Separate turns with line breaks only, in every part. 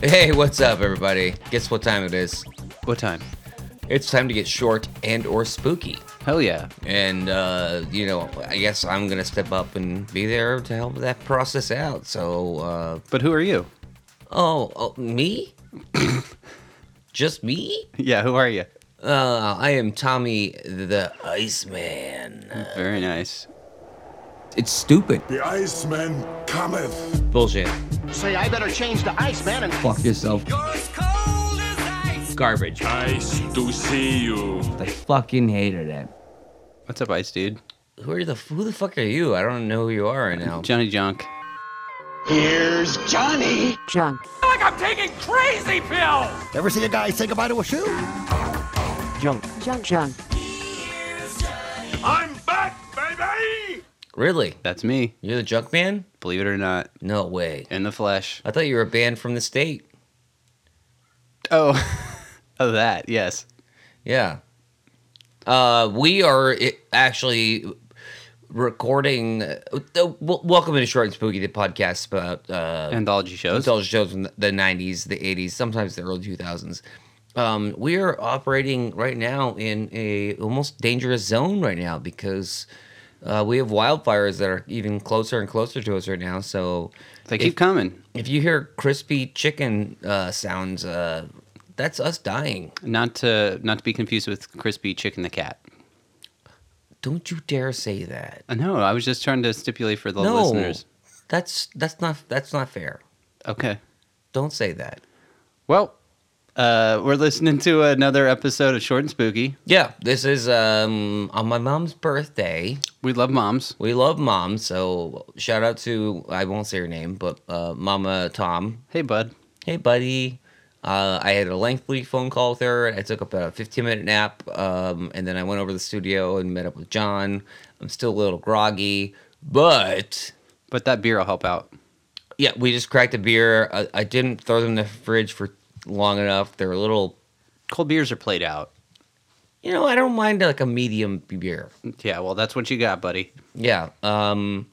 Hey, what's up, everybody? Guess what time it is?
What time?
It's time to get short and or spooky.
Hell yeah.
And uh, you know, I guess I'm gonna step up and be there to help that process out. So, uh,
But who are you?
oh, oh, me? Just me?
Yeah, who are you?
Uh, I am Tommy the Iceman.
Very nice.
It's stupid.
The Iceman cometh.
Bullshit.
Say, I better change the ice, man, and
Fuck yourself.
Garbage.
Nice to see you.
I fucking hated it.
What's up, Ice Dude?
Who are the who the fuck are you? I don't know who you are right now.
Johnny Junk.
Ever see a guy say goodbye to a shoe?
I'm back, baby!
Really?
That's me.
You're the junk man?
Believe it or not,
No way.
in the flesh.
I thought you were a band from the state.
Oh, oh, that, yes.
Yeah. Uh, we are i- actually recording. Uh, w- welcome to Short and Spooky, the podcast about uh,
Anthology shows.
nostalgia shows from the 90s, the 80s, sometimes the early 2000s. Um, we are operating right now in a almost dangerous zone right now because uh, we have wildfires that are even closer and closer to us right now. So
They keep coming.
if you hear crispy chicken uh, sounds, uh, that's us dying.
Not to not to be confused with crispy chicken the cat.
Don't you dare say that.
Uh, No, I was just trying to stipulate for the listeners.
That's that's not that's not fair.
Okay.
Don't say that.
Well, uh, we're listening to another episode of Short and Spooky.
Yeah, this is um on my mom's birthday.
We love moms.
We love mom, so shout out to I won't say her name, but uh, Mama Tom.
Hey, bud.
Hey, buddy. Uh, I had a lengthy phone call with her. I took about a 15 minute nap, um, and then I went over to the studio and met up with John. I'm still a little groggy, but
But that beer will help out.
Yeah, we just cracked a beer. I, I didn't throw them in the fridge for long enough. They're a little,
Cold beers are played out.
you know, I don't mind like a medium beer.
Yeah, well, that's what you got, buddy.
Yeah. Um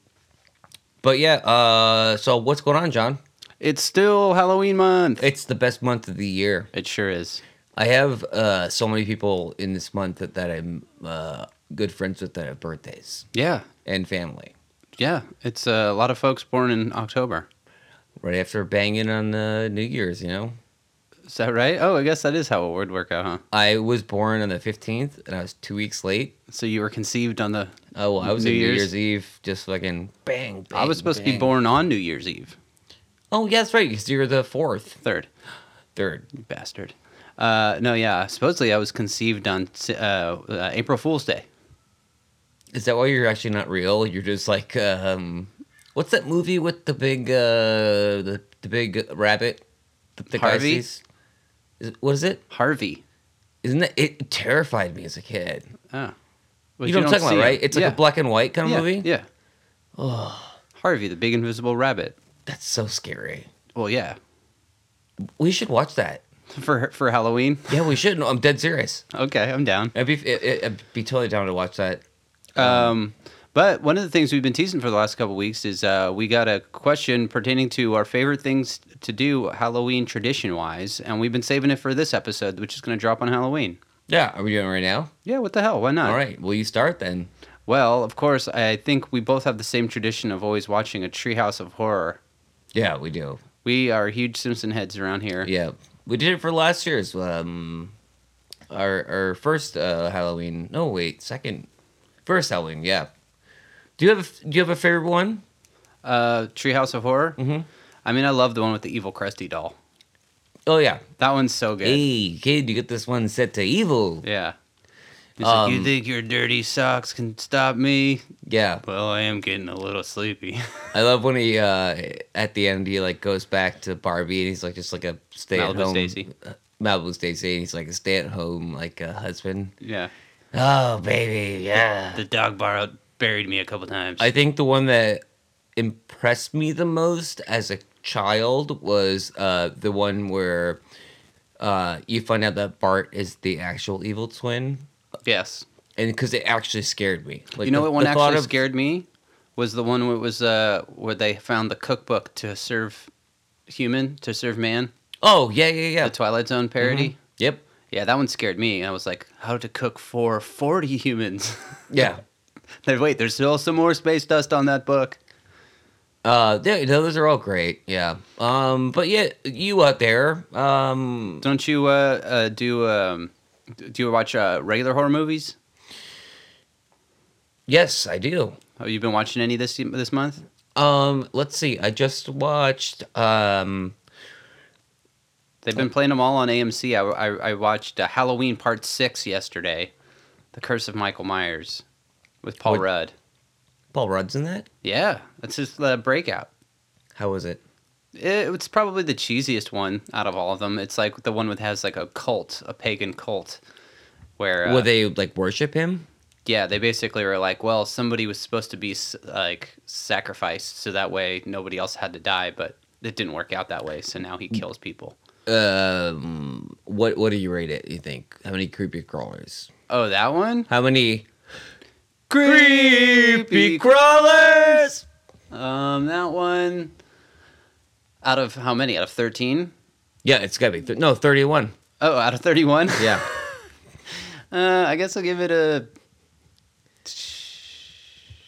but yeah, uh so what's going on, John?
It's still Halloween month.
It's the best month of the year.
It sure is.
I have uh so many people in this month that, that I'm uh good friends with that have birthdays
Yeah.
and family.
Yeah. It's uh, a lot of folks born in October.
Right after banging on uh, New Year's, you know?
Is that right? Oh, I guess that is how it would work out, huh?
I was born on the 15th and I was two weeks late.
So you were conceived on the.
Oh, well, I was
New
in New
Year's?
Year's Eve, just fucking bang, bang.
I was supposed to be
bang.
born on New Year's Eve.
Oh, yeah, that's right. Because you're the fourth,
Third.
third.
You bastard. Uh, no, yeah. Supposedly I was conceived on uh, uh, April Fool's Day.
Is that why you're actually not real? You're just like, um, what's that movie with the big, uh, the, the big rabbit? The, the guy
Harvey?
sees- Is, it- what is it?
Harvey.
Isn't that it? Terrified me as a kid.
Oh. But
you know what I'm talking about,
see it.
right? It's like
yeah.
a black and white kind of
yeah.
movie.
Yeah. Harvey, the big invisible rabbit.
That's so scary.
Well, yeah.
We should watch that.
For for Halloween.
Yeah, we should. No, I'm dead serious.
Okay, I'm down.
I'd be, it, it, I'd be totally down to watch that.
Um, but one of the things we've been teasing for the last couple weeks is uh, we got a question pertaining to our favorite things to do Halloween tradition wise, and we've been saving it for this episode, which is going to drop on Halloween.
Yeah, are we doing it right now?
Yeah, what the hell? Why not?
All right. Will you start then?
Well, of course, I think we both have the same tradition of always watching a Treehouse of Horror.
Yeah, we do.
We are huge Simpson heads around here.
Yeah, we did it for last year's um, our our first uh, Halloween. No, wait, second, first Halloween. Yeah. Do you have a, do you have a favorite one?
Uh, Treehouse of Horror. Mm-hmm. I mean, I love the one with the evil Krusty doll.
Oh yeah.
That one's so good.
Hey kid, you get this one set to evil.
Yeah. It's like, you think your dirty socks can stop me?
Yeah,
Well, I am getting a little sleepy.
I love when he uh, at the end he like goes back to Barbie and he's like just like a stay at
Malibu
home uh,
Stacy.
Malibu Stacy and he's like a stay at home like a husband.
yeah.
Oh baby, yeah.
The dog bar buried me a couple times.
I think the one that impressed me the most as a child was uh, the one where uh, you find out that Bart is the actual evil twin,
yes.
and because it actually scared me. Like
you know
the-
what one
the thought
actually
of-
scared me? was the one where it was uh, where they found the cookbook to serve human to serve man.
Oh yeah, yeah, yeah. Mm-hmm.
The Twilight Zone parody.
yep.
Yeah, that one scared me. I was like, how to cook for forty humans?
Yeah.
Then wait, there's still some more space dust on that book.
Uh, they, those are all great. Yeah. Um, but yeah, you out there, um,
Don't you uh, uh, do um, d- do you watch uh, regular horror movies?
yes, I do.
Have you been watching any this this month?
Um, let's see. I just watched. Um,
They've been playing them all on AMC. I, I, I watched uh, Halloween Part Six yesterday, The Curse of Michael Myers, with Paul
What-
Rudd.
Paul Rudd's in that.
Yeah, that's his uh, breakout.
How was it?
It, it's probably the cheesiest one out of all of them. It's like the one that has like a cult, a pagan cult, where uh,
Will they like worship him?
yeah, they basically were like, well, somebody was supposed to be s- like sacrificed, so that way nobody else had to die, but it didn't work out that way. So now
Mm.
he kills people.
Um, what what do you rate it? You think how many creepy crawlers?
Oh, that one.
How many creepy crawlers?
Um, that one. Out of how many? Out of thirteen?
Yeah, it's gotta be th- no thirty-one.
Oh, out of thirty-one.
Yeah,
Uh, I guess I'll give it a
that's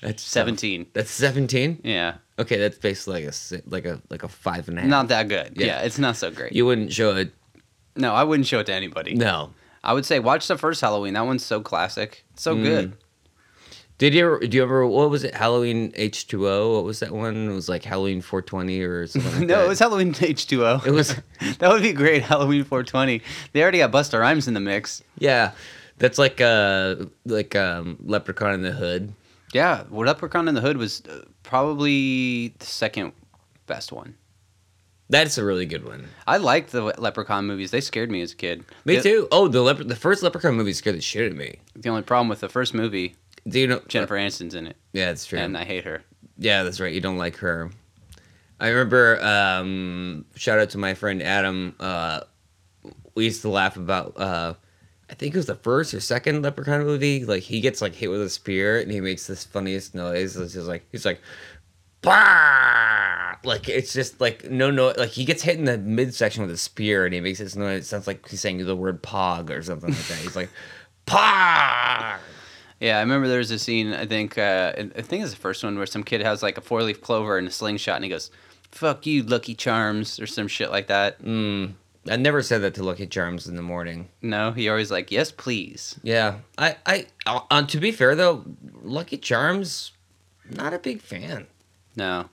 uh,
seventeen.
That's seventeen.
Yeah,
Okay, that's basically like a si- like a like a five and a half.
not that good.
Yeah.
Yeah, it's not so great.
you wouldn't show it.
no, I wouldn't show it to anybody.
No.
I would say watch the first Halloween. That one's so classic. It's
Mm.
so good.
Did you ever, do you ever what was it Halloween H two O? What was that one? It was like Halloween four twenty or something. Like
No,
that.
it was Halloween H two O.
It was
That would be great. Halloween four twenty. They already got Busta Rhymes in the mix.
yeah. That's like uh like um Leprechaun in the Hood.
Yeah, what Leprechaun in the Hood was uh, probably the second best one.
That's a really good one.
I liked the Leprechaun movies. They scared me as a kid.
Me
The-
too. Oh, the leper the first Leprechaun movie scared the shit out of me.
The only problem with the first movie,
Do you know
Jennifer Aniston's in it,
Yeah, that's true.
and I hate her.
Yeah, that's right. You don't like her. I remember. Um, shout out to my friend Adam. Uh, we used to laugh about. Uh, I think it was the first or second Leprechaun movie. Like he gets like hit with a spear and he makes this funniest noise. It's just like he's like, bah! Like it's just like no no. Like he gets hit in the midsection with a spear and he makes this noise. It sounds like he's saying the word pog or something like that. He's like, pog.
Yeah, I remember there was a scene. I think uh, I I think it's the first one where some kid has like a four leaf clover and a slingshot, and he goes, "Fuck you, Lucky Charms," or some shit like that.
Mm. I never said that to Lucky Charms in the morning.
No, he always like, "Yes, please."
Yeah, I, I, uh, uh, to be fair though, Lucky Charms, not a big fan.
No,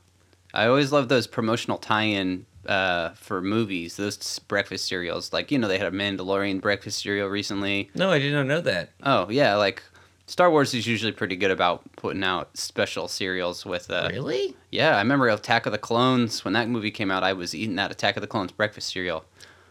I always love those promotional tie-in uh, for movies. Those s- breakfast cereals, like you know, they had a Mandalorian breakfast cereal recently.
No, I did not know that.
Oh yeah, like Star Wars is usually pretty good about putting out special cereals with. Uh,
really?
Yeah, I remember Attack of the Clones when that movie came out. I was eating that Attack of the Clones breakfast cereal.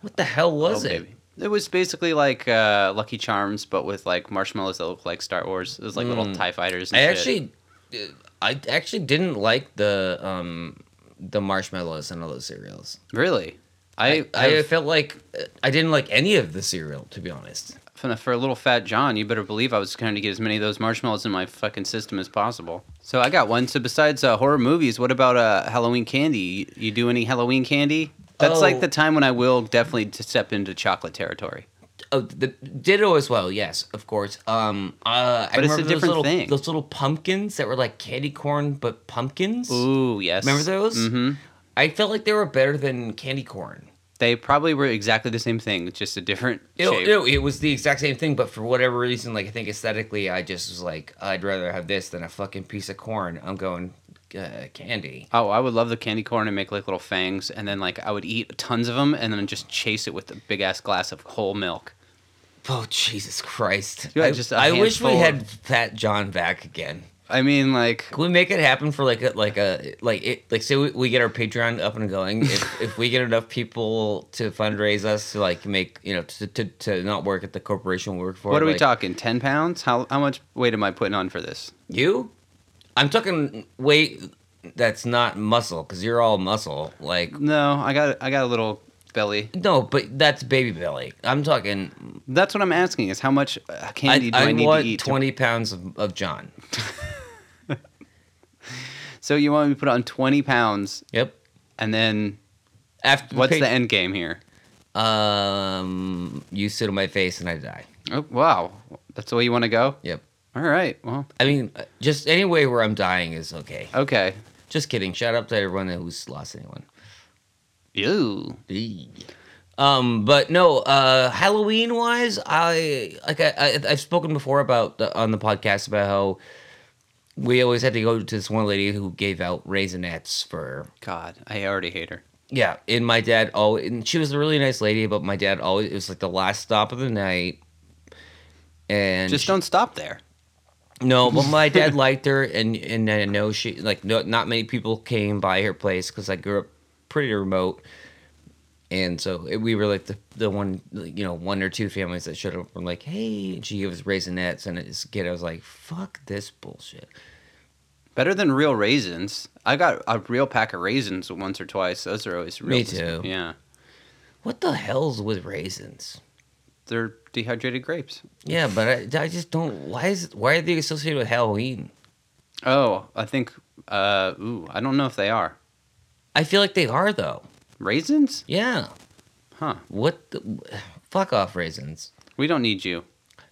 What the hell was
Oh,
it?
baby. It was basically like uh, Lucky Charms, but with like marshmallows that look like Star Wars. It was like little Tie Fighters. And
Hmm. I
shit.
actually, uh, I actually didn't like the um the marshmallows and all those cereals.
really, I, I,
I felt like uh, I didn't like any of the cereal to be honest.
for, for a little fat John, you better believe I was trying to get as many of those marshmallows in my fucking system as possible. So I got one. So besides uh, horror movies, what about uh, Halloween candy? You, you do any Halloween candy? That's
Oh.
like the time when I will definitely t- step into chocolate territory.
Oh, the Ditto as well. Yes, of course. Um, uh, I
But it's
remember
a
those
different
little,
thing.
Those little pumpkins that were like candy corn, but pumpkins.
Ooh, yes.
Remember those?
Mm-hmm.
I felt like they were better than candy corn.
They probably were exactly the same thing, just a different
It,
shape.
it, it was the exact same thing, but for whatever reason, like I think aesthetically, I just was like, I'd rather have this than a fucking piece of corn. I'm going uh, candy.
Oh, I would love the candy corn and make like little fangs, and then like I would eat tons of them, and then just chase it with a big ass glass of whole milk.
Oh Jesus Christ!
Yeah,
I,
just a
I wish we
handful
had
of-
Fat John back again.
I mean, like
Can we make it happen for like a like a like it like say we, we get our Patreon up and going? If if we get enough people to fundraise us to like make you know to to, to not work at the corporation we work for.
what are we
like,
talking? Ten pounds? How how much weight am I putting on for this?
You? I'm talking weight that's not muscle because you're all muscle. Like
No, I got I got a little belly.
no, but that's baby belly. I'm talking.
That's what I'm asking is how much uh,
I,
candy do I,
I
need
want
to eat? to-
twenty pounds of, of John.
So you want me to put on 20 pounds
Yep.
and then
After
what's
page-
the end game here?
Um, you sit on my face and I die.
Oh, wow. That's the way you want to go?
Yep.
All right. Well,
I mean, uh, just any way where I'm dying is okay.
okay.
Just kidding. Shout out to everyone who's lost anyone.
Ew.
Um, but no, uh, Halloween wise, I like I, I I've spoken before about the, on the podcast about how we always had to go to this one lady who gave out raisinets for
God, I already hate her.
yeah. And my dad always and she was a really nice lady, but my dad always it was like the last stop of the night. And
Just
she-
don't stop there.
No, but my dad liked her, and and I know she like no, not many people came by her place because I grew up pretty remote, and so it, we were like the the one like, you know one or two families that showed up. were like, hey, and she gave us raisinets, and as a kid I was like, fuck this bullshit.
Better than real raisins. I got a real pack of raisins once or twice. Those are always real.
Me too.
Yeah.
What the hell's with raisins?
They're dehydrated grapes.
Yeah, but I, I just don't. Why is it- why are they associated with Halloween?
Oh, I think, uh, ooh, I don't know if they are.
I feel like they are though.
Raisins?
Yeah.
Huh.
What? The, fuck off raisins.
We don't need you.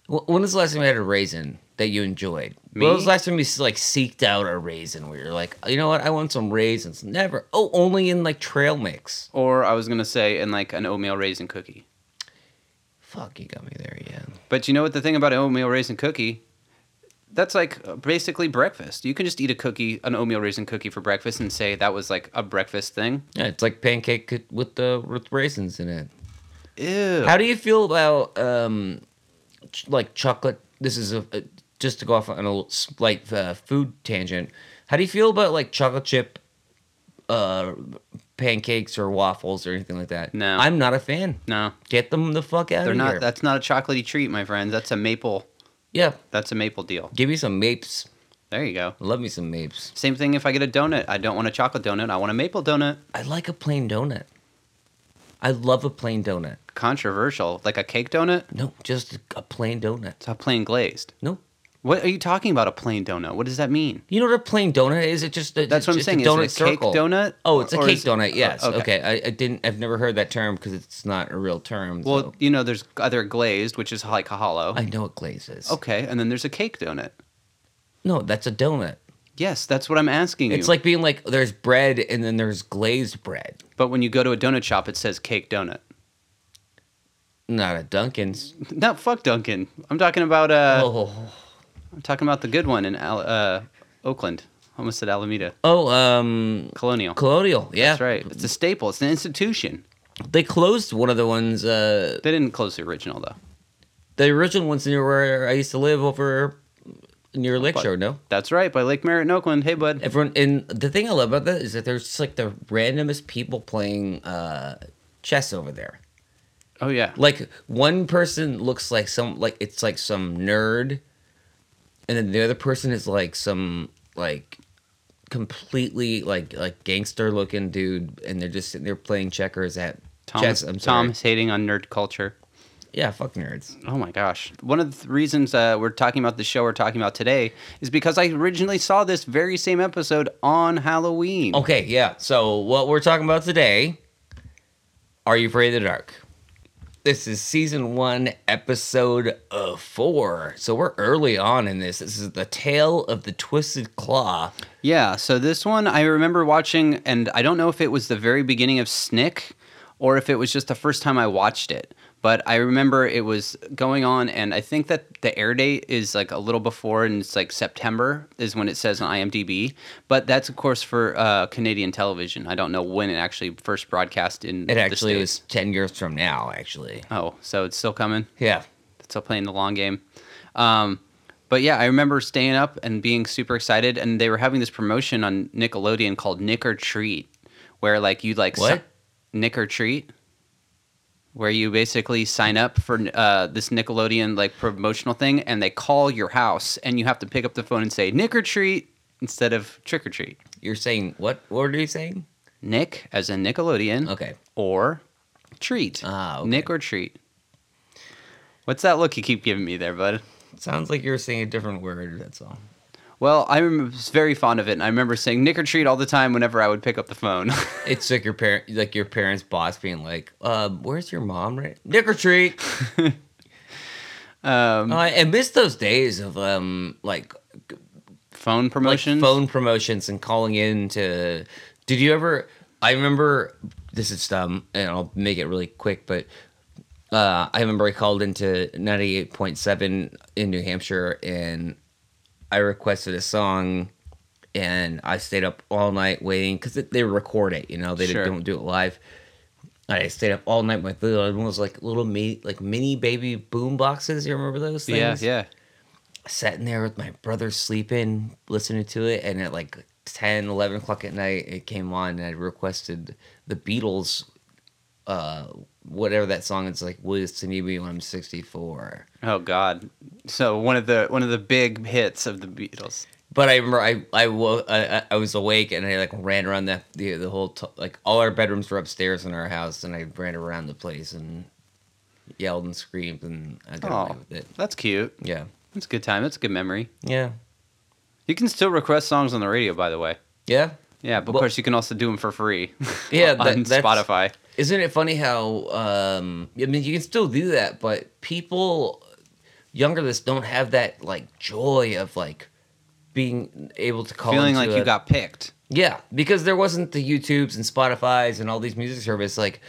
Wh- When was the last time you had a raisin that you enjoyed?
Me?
When was the last time you like seeked out a raisin where you're like, you know what, I want some raisins? Never. Oh, only in like trail mix.
Or I was going to say in like an oatmeal raisin cookie.
Fuck, you got me there, yeah.
But you know what the thing about an oatmeal raisin cookie? That's like uh, basically breakfast. You can just eat a cookie, an oatmeal raisin cookie for breakfast and say that was like a breakfast thing.
Yeah, it's like pancake c- with the with raisins in it.
Ew.
How do you feel about um, ch- like chocolate? This is a, a just to go off on a little slight uh, food tangent. How do you feel about like chocolate chip uh, pancakes or waffles or anything like that?
No.
I'm not a fan.
no.
Get them the fuck out
They're
of
not
here.
that's not a chocolatey treat, my friend. That's a maple.
Yeah,
That's a maple deal.
give me some mapes.
There you go.
Love me some mapes.
Same thing if I get a donut. I don't want a chocolate donut. I want a maple donut.
I like a plain donut. I love a plain donut.
Controversial. Like a cake donut?
No, just a plain donut.
It's a plain glazed.
No.
What are you talking about a plain donut? What does that mean?
You know what a plain donut is? It just
That's what I'm
A
saying. Is it
donut
a cake
circle.
donut?
Oh, it's a
Or
cake
is-
donut. Yes.
Oh,
okay. I, I didn't. I've never heard that term because it's not a real term.
Well,
so.
you know, there's other glazed, which is like a hollow.
I know what glaze is.
Okay, and then there's a cake donut.
No, that's a donut.
Yes, that's what I'm asking you.
It's like being like there's bread and then there's glazed bread.
but when you go to a donut shop, it says cake donut.
Not a Dunkin's.
No, fuck Duncan. I'm talking about uh,
oh.
I'm talking about the good one in Al- uh, Oakland. Almost said Alameda
Oh. Um.
Colonial.
Colonial. Yeah.
that's right. It's a staple. It's an institution.
They closed one of the ones. Uh.
They didn't close the original though.
The original one's near where I used to live over near
Oh,
Lakeshore, no?
That's right, by Lake Merritt in Oakland. Hey, bud.
Everyone and the thing I love about that is that there's just like the randomest people playing uh chess over there.
Oh yeah.
Like one person looks like some like it's like some nerd and then the other person is like some like completely like like gangster looking dude and they're just sitting there playing checkers at
Tom,
chess. I'm sorry.
Tom's hating on nerd culture.
Yeah, fuck nerds.
Oh my gosh. One of the reasons uh, we're talking about the show we're talking about today is because I originally saw this very same episode on Halloween.
Okay, yeah. So what we're talking about today, Are You Afraid of the Dark? This is season one, episode uh, four. So we're early on in this. This is the tale of the twisted claw.
Yeah, so this one I remember watching, and I don't know if it was the very beginning of Snick or if it was just the first time I watched it. But I remember it was going on, and I think that the air date is like a little before, and it's like September is when it says on IMDb. But that's of course for uh, Canadian television. I don't know when it actually first broadcast in.
It
the
actually
States.
was ten years from now. Actually,
Oh, so it's still coming.
yeah.
It's still playing the long game. Um, but yeah, I remember staying up and being super excited, and they were having this promotion on Nickelodeon called Nick or Treat, where like you like si-
What?
Nick or Treat, where you basically sign up for uh, this Nickelodeon like promotional thing, and they call your house, and you have to pick up the phone and say Nick or Treat instead of Trick or Treat.
You're saying what? What are you saying?
Nick as in Nickelodeon,
Okay.
or Treat,
Ah, okay.
Nick or Treat. What's that look you keep giving me there, bud?
Sounds like you're saying a different word. That's all.
Well, I rem- was very fond of it, and I remember saying "nick or treat" all the time whenever I would pick up the phone.
It's like your parent, like your parents' boss being like, uh, "Where's your mom? Right, nick or treat." um, I, I miss those days of um, like
phone
like
promotions.
phone promotions and calling in to. Did you ever? I remember this is dumb, and I'll make it really quick. But uh, I remember I called into ninety eight point seven in New Hampshire, and I requested a song, and I stayed up all night waiting because they record it. You know, they
Sure.
don't do it live. I stayed up all night. My little one was like little me, like mini baby boom boxes. You remember those things?
Yeah, yeah.
sitting there with my brother sleeping, listening to it, and at like 10, 11 o'clock at night, it came on, and I requested the Beatles, uh, whatever that song is, like, Will You Listen to Me When I'm 64.
Oh God. So one of the one of the big hits of the Beatles.
But I remember I I, wo- I I- I was awake and I like ran around the the, the whole t- like all our bedrooms were upstairs in our house and I ran around the place and yelled and screamed and I got
Oh,
away with it.
that's cute.
Yeah,
That's a good time. That's a good memory.
yeah,
You can still request songs on the radio, by the way.
yeah.
Yeah, but of
Well-
course you can also do them for free.
Yeah, that-
on
that's-
Spotify.
Isn't it funny how um I mean you can still do that, but people younger than us don't have that like joy of like being able to call
Feeling like
into
you
a-
got picked.
yeah because there wasn't the YouTubes and Spotify's and all these music services like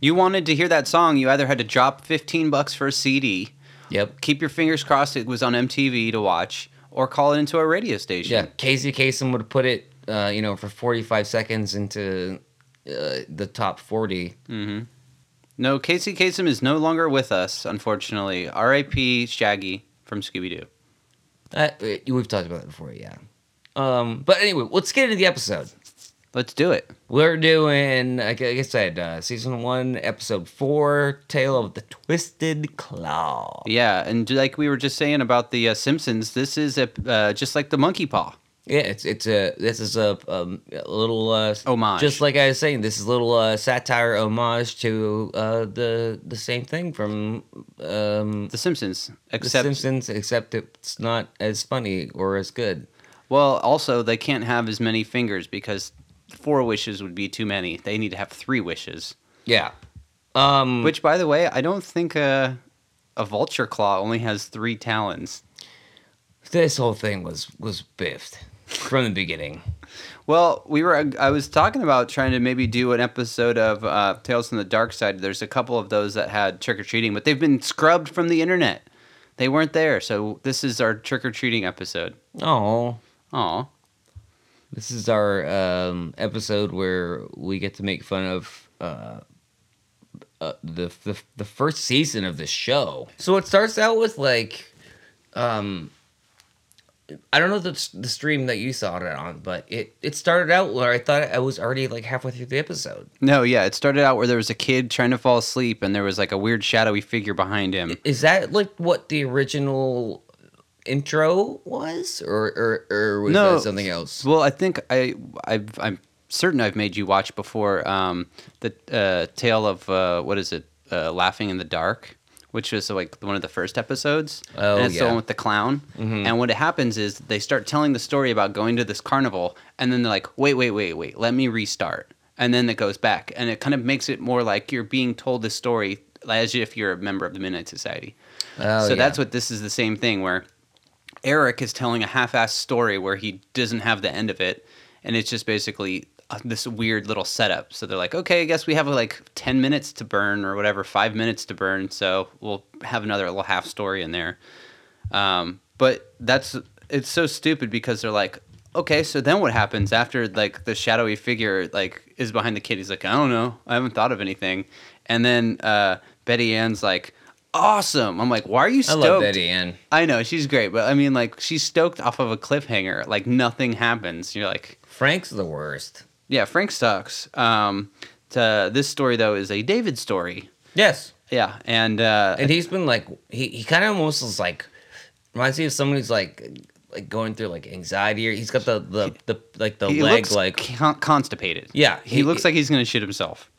You wanted to hear that song. You either had to drop fifteen bucks for a CD,
yep
keep your fingers crossed it was on MTV to watch, or call it into a radio station.
yeah Casey Kasem would put it uh, you know for forty five seconds into uh, the top forty
No, Casey Kasem is no longer with us, unfortunately. R.I.P. Shaggy from Scooby Doo.
uh, we've talked about that before yeah um but anyway let's get into the episode.
Let's do it.
We're doing, like I said, uh, season one, episode four, Tale of the Twisted Claw.
Yeah, and like we were just saying about the uh, Simpsons, this is a uh, just like the Monkey Paw.
Yeah, it's it's a this is a, um, a little uh,
Homage.
Just like I was saying, this is a little uh, satire homage to uh, the the same thing from um,
The Simpsons,
The
except
Simpsons, except it's not as funny or as good.
well, also they can't have as many fingers because four wishes would be too many. They need to have three wishes.
Yeah. Um,
Which, by the way, I don't think a, a vulture claw only has three talons.
this whole thing was was biffed from the beginning.
Well, we were. uh, I was talking about trying to maybe do an episode of uh, Tales from the Dark Side. There's a couple of those that had trick or treating, but they've been scrubbed from the internet. They weren't there, so this is our trick or treating episode.
Oh,
Oh,
This is our um, episode where we get to make fun of uh, uh, the, the the first season of the show. So it starts out with like, um, I don't know the the stream that you saw it on, but it it started out where I thought I was already like halfway through the episode.
no, yeah, it started out where there was a kid trying to fall asleep, and there was like a weird shadowy figure behind him.
Is that like what the original intro was, or or, or was
No.
that something else?
Well, I think I, I've, I'm certain I've made you watch before um, the uh, tale of uh, what is it, uh, Laughing in the Dark, which was like one of the first episodes.
Oh,
and it's the
yeah. Mm-hmm.
one with the clown. And what happens is they start telling the story about going to this carnival, and then they're like, wait, wait, wait, wait, let me restart. And then it goes back, and it kind of makes it more like you're being told the story as if you're a member of the Midnight Society
Oh,
so
yeah.
that's what this is the same thing where Eric is telling a half-assed story where he doesn't have the end of it, and it's just basically uh, this weird little setup. So they're like, okay, I guess we have like ten minutes to burn or whatever, five minutes to burn, so we'll have another little half story in there. Um, but that's it's so stupid because they're like, okay, so then what happens after like the shadowy figure like is behind the kid? He's like, I don't know, I haven't thought of anything. And then uh, Betty Ann's like, awesome. I'm like, why are you
I
stoked?
love Betty Ann.
I know she's great, but I mean, like she's stoked off of a cliffhanger. Like nothing happens. You're like,
Frank's the worst.
yeah, Frank sucks. Um, to, this story though is a David story.
Yes.
Yeah, and uh,
and he's been like he, he kind of almost is like reminds me of someone who's like like going through like anxiety or he's got the the, the like the
he
leg
looks
like
con- constipated.
Yeah,
he,
he-
looks like he's gonna shit himself.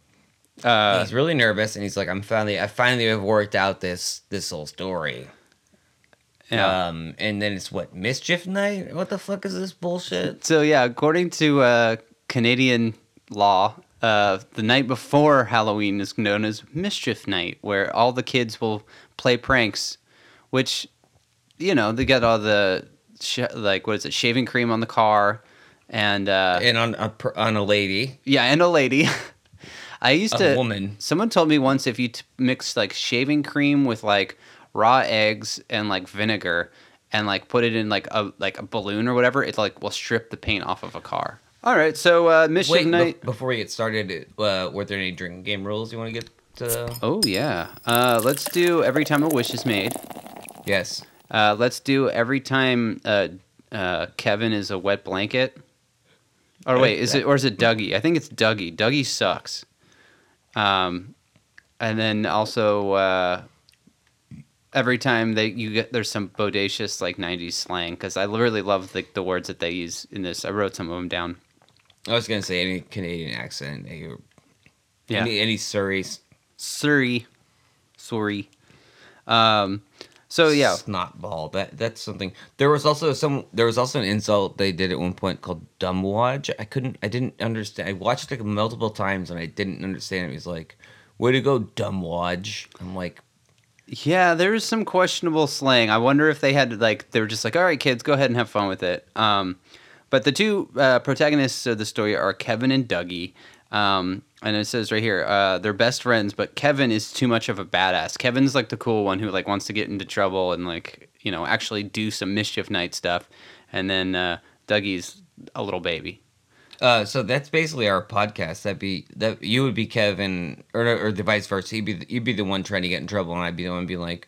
he's really nervous and he's like I'm finally I finally have worked out this this whole story
Yeah.
Um, and then it's what mischief night? What the fuck is this bullshit?
So yeah, according to uh, Canadian law, uh, the night before Halloween is known as Mischief Night, where all the kids will play pranks, which, you know, they get all the sh- like what is it, shaving cream on the car, and uh,
And on a per- on a lady,
yeah, and a lady. I used
a
to.
woman.
Someone told me once if you t- mix like shaving cream with like raw eggs and like vinegar and like put it in like a like a balloon or whatever, it like will strip the paint off of a car. All right, so uh, Mission
Wait, be-
Night.
before we get started, uh, were there any drinking game rules you want to get? To?
oh yeah, uh, let's do every time a wish is made.
Yes.
Uh, let's do every time uh, uh, Kevin is a wet blanket. Or wait, is it or is it Dougie? I think it's Dougie. Dougie sucks. Um, and then also uh, every time that you get there's some bodacious like '90s slang because I really love the, the words that they use in this. I wrote some of them down.
I was gonna say any Canadian accent, any,
Yeah,
any, any Surrey, s-
Surrey, Surrey. Um, so yeah,
snot ball. That that's something. There was also some. There was also an insult they did at one point called dumb watch. I couldn't. I didn't understand. I watched it like multiple times and I didn't understand. It, it was like, way to go, dumb watch. I'm like,
Yeah, there's some questionable slang. I wonder if they had like they were just like, all right, kids, go ahead and have fun with it. Um, but the two uh, protagonists of the story are Kevin and Dougie. Um, and it says right here, uh, they're best friends, but Kevin is too much of a badass. Kevin's like the cool one who like wants to get into trouble and like you know actually do some mischief night stuff. And then uh, Dougie's a little baby.
Uh, so that's basically our podcast. That'd be that you would be Kevin, or or the vice versa. He'd be the, you'd be the one trying to get in trouble, and I'd be the one being like,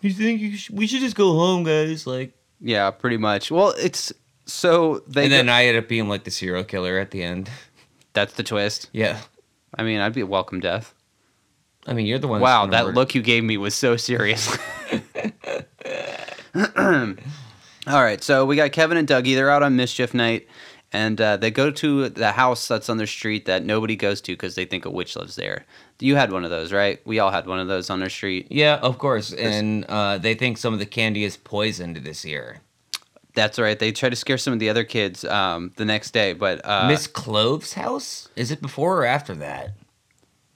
"You think you sh- we should just go home, guys?" Like,
Yeah, pretty much. Well, it's so they.
and then uh, I ended up being like the serial killer at the end.
that's the twist.
Yeah,
I mean, I'd be a welcome death.
I mean you're the one. that's
Wow,
gonna
that
murder-
look you gave me was so serious. All right, so we got Kevin and Dougie. They're out on mischief night, and uh, they go to the house that's on their street that nobody goes to because they think a witch lives there. You had one of those, right? We all had one of those on our street.
Yeah, of course. And uh, they think some of the candy is poisoned this year.
That's right. They try to scare some of the other kids um, the next day, but uh,
Miss Clove's house? Is it before or after that?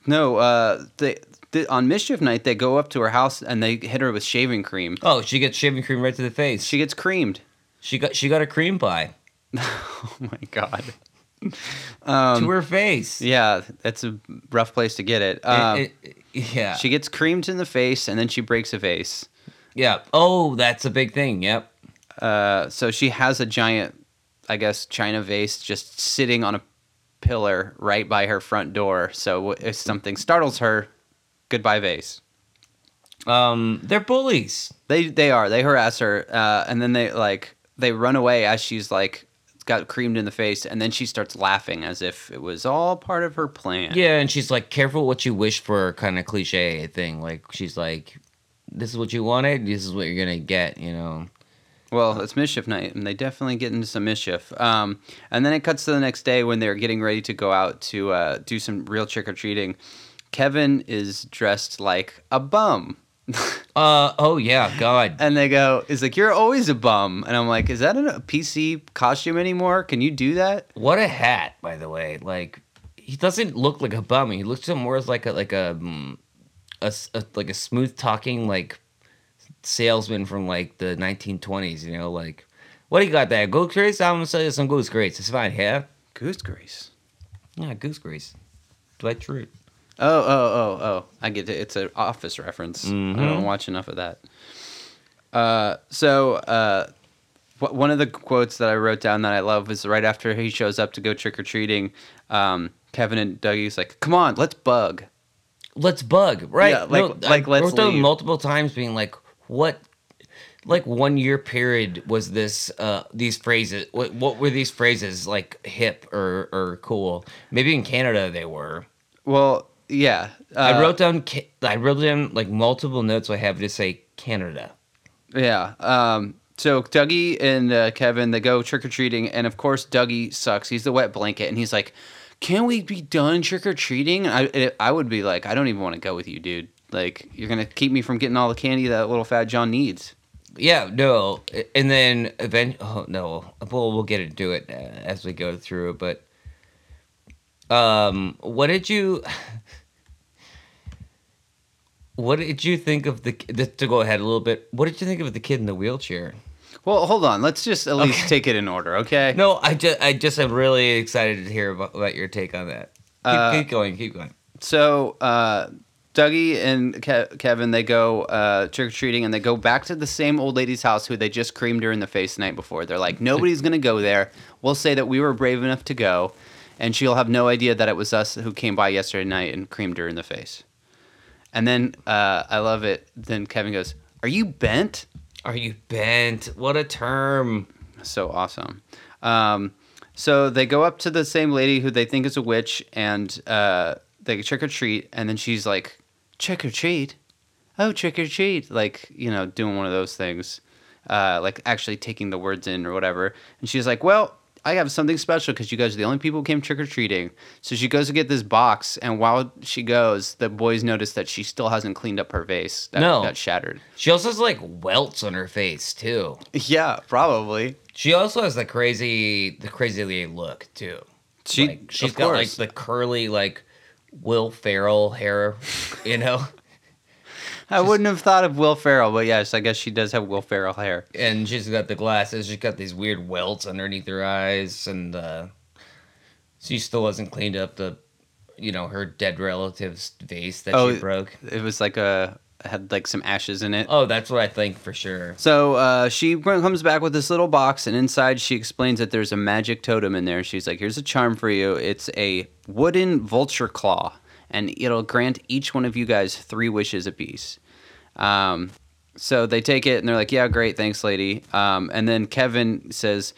no, uh, they, they, on mischief night they go up to her house and they hit her with shaving cream.
Oh, she gets shaving cream right to the face.
She
She
gets creamed.
she got she got a cream pie
Oh my god. Um,
to her face.
Yeah, that's a rough place to get it.
It-
Um,
it- yeah.
She gets creamed in the face and then she breaks a vase.
Yeah. Oh, that's a big thing. Yep.
Uh, so she has a giant, I guess, china vase just sitting on a pillar right by her front door. So if something startles her, goodbye vase.
Um, they're bullies.
They they are they harass her uh, and then they like they run away as she's like got creamed in the face and then she starts laughing as if it was all part of her plan.
Yeah, and she's like, careful what you wish for, kind of cliche thing. Like she's like, this is what you wanted. This is what you're gonna get. You know.
Well, it's mischief night, and they definitely get into some mischief. Um, and then it cuts to the next day when they're getting ready to go out to uh, do some real trick or treating. Kevin is dressed like a bum,
Uh oh yeah God
and they go, "Is like you're always a bum," and I'm like, "Is that a PC costume anymore? Can you do that?"
what a hat by the way like he doesn't look like a bum he looks more as like a like a, mm, a s- a- like a smooth talking like salesman from like the 1920s you know like what do you got there goose grease I'm gonna sell you some goose grease it's fine yeah
Goose grease.
yeah goose grease Dwight Schrute
Oh, oh, oh, oh! I get it. It's an office reference. I
Mm-hmm.
don't watch enough of that. Uh, so uh, wh- one of the quotes that I wrote down that I love is right after he shows up to go trick or treating. Um, Kevin and Dougie's like, "Come on, let's bug."
let's bug right
Yeah, like- like, let's
wrote down
leave.
multiple times being like what like one year period was this uh these phrases what, what were these phrases like hip or or cool maybe in canada they were
Well, yeah. Uh,
i wrote down Ca- i wrote down like multiple notes i have to say canada
Yeah. Um, so Dougie and uh, Kevin, they go trick or treating, and of course Dougie sucks. He's the wet blanket, and he's like, "Can we be done trick or treating?" I it, I would be like, "I don't even want to go with you, dude. Like, you're gonna keep me from getting all the candy that little fat John needs."
yeah, no, and then event. Oh no, well we'll get into it uh, as we go through. But um, what did you? What did you think of the? Just to go ahead a little bit, what did you think of the kid in the wheelchair?
Well, hold on. Let's just at least
Okay.
take it in order, okay?
No, I just, I just am really excited to hear about, about your take on that. Keep,
Uh,
keep going, keep going.
So, uh, Dougie and Ke- Kevin, they go uh, trick or treating and they go back to the same old lady's house who they just creamed her in the face the night before. They're like, nobody's going to go there. We'll say that we were brave enough to go, and she'll have no idea that it was us who came by yesterday night and creamed her in the face. And then uh, I love it. Then Kevin goes, Are you bent?
Are you bent? What a term.
So awesome. Um, so they go up to the same lady who they think is a witch, and uh, they trick or treat, and then she's like, "Trick or treat? Oh, trick or treat!" Like you know, doing one of those things, uh, like actually taking the words in or whatever. And she's like, "Well." I have something special because you guys are the only people who came trick or treating. So she goes to get this box, and while she goes, the boys notice that she still hasn't cleaned up her vase that
No.
got shattered.
She also has like welts on her face too.
Yeah, probably.
She also has the crazy, the crazily look too.
She
like,
she's
she's got like the curly, like Will Ferrell hair, you know,
I wouldn't have thought of Will Ferrell, but yes, I guess she does have Will Ferrell hair.
and she's got the glasses. She's got these weird welts underneath her eyes, and uh, she still hasn't cleaned up the, you know, her dead relative's vase that
Oh.
she broke.
It was like a had like some ashes in it.
Oh, that's what I think for sure.
So uh, she comes back with this little box, and inside she explains that there's a magic totem in there. She's like, "Here's a charm for you. It's a wooden vulture claw, and it'll grant each one of you guys three wishes apiece." Um, so they take it, and they're like, "Yeah, great, thanks, lady." Um, and then Kevin says,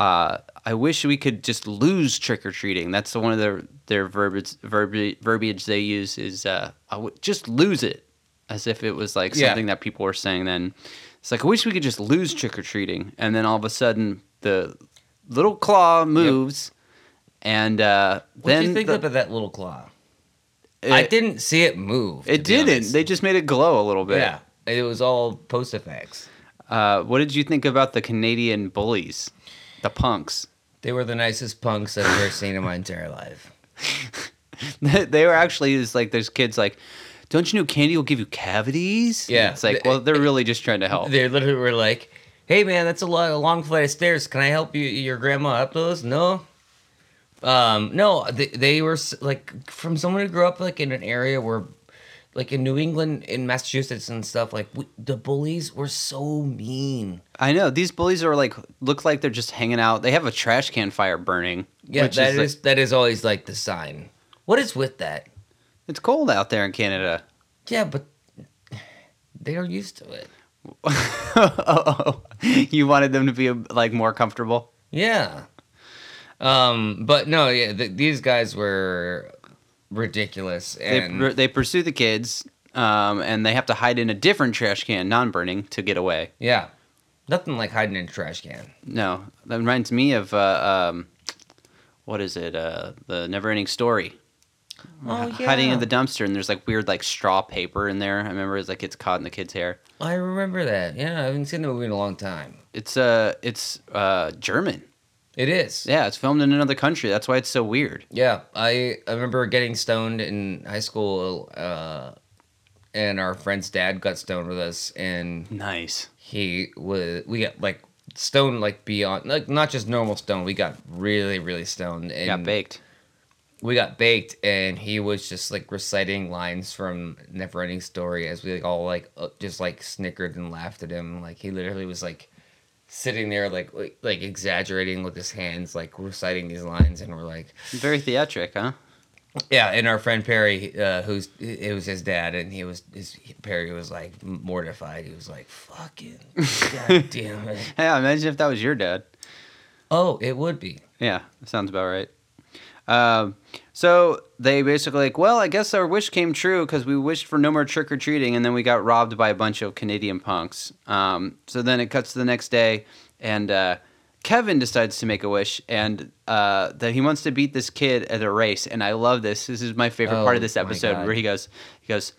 uh, "I wish we could just lose trick or treating." That's the- one of their their verbiage, verbi verbiage they use is uh, I w- "just lose it," as if it was like
Yeah.
something that people were saying then. It's like, I wish we could just lose trick or treating. And then all of a sudden, the little claw moves. And uh,
What
then
do you think
the-
about that little claw?
it,
I didn't see it move. to
It
be
didn't.
honest.
They just made it glow a little bit.
yeah, it was all post effects.
Uh, what did you think about the Canadian bullies, the punks?
They were the nicest punks I've ever seen in my entire life.
they were actually just like there's kids like, don't you know candy will give you cavities? And
Yeah.
It's like, well, they're really just trying to help.
They literally were like, "Hey, man, that's a, lot, a long flight of stairs. Can I help you? Your grandma up those?" No. Um, no, they, they were s- like from someone who grew up like in an area where, like in New England, in Massachusetts and stuff. Like we, the bullies were so mean.
I know these bullies are like look like they're just hanging out. They have a trash can fire burning.
Yeah,
which
that
like-
is that is always like the sign. What is with that?
it's cold out there in Canada.
Yeah, but they are used to it.
oh, you wanted them to be like more comfortable.
Yeah. Um, but no, yeah, th- these guys were ridiculous,
They,
and
pr- they pursue the kids, um, and they have to hide in a different trash can, non-burning, to get away.
yeah, nothing like hiding in a trash can.
No, that reminds me of uh, um, what is it? Uh, the Neverending Story.
Oh
H- Hiding in the dumpster, and there's like weird like straw paper in there. I remember it's like it's caught in the kid's hair.
I remember that. Yeah, I haven't seen the movie in a long time.
It's uh, it's uh, German.
It is.
Yeah, it's filmed in another country. That's why it's so weird.
Yeah, I, I remember getting stoned in high school, uh, and our friend's dad got stoned with us, and
Nice.
he was we got like stoned like beyond like not just normal stoned. We got really really stoned and
Got baked.
we got baked and he was just like reciting lines from Neverending Story as we like, all like uh, just like snickered and laughed at him. Like he literally was like sitting there like like, like exaggerating with his hands, like reciting these lines, and we're like,
Very theatric, huh?
yeah. And our friend Perry, uh, who's it was his dad, and he was his Perry was like mortified. He was like, "Fucking god damn it!"
Yeah, imagine if that was your dad.
Oh, it would be.
Yeah, sounds about right. Um, so they basically like, well, I guess our wish came true because we wished for no more trick or treating, and then we got robbed by a bunch of Canadian punks. Um, so then it cuts to the next day, and uh, Kevin decides to make a wish, and uh, that he wants to beat this kid at a race. And I love this. This is my favorite part
Oh,
of this
my
episode
God.
where he goes, he goes,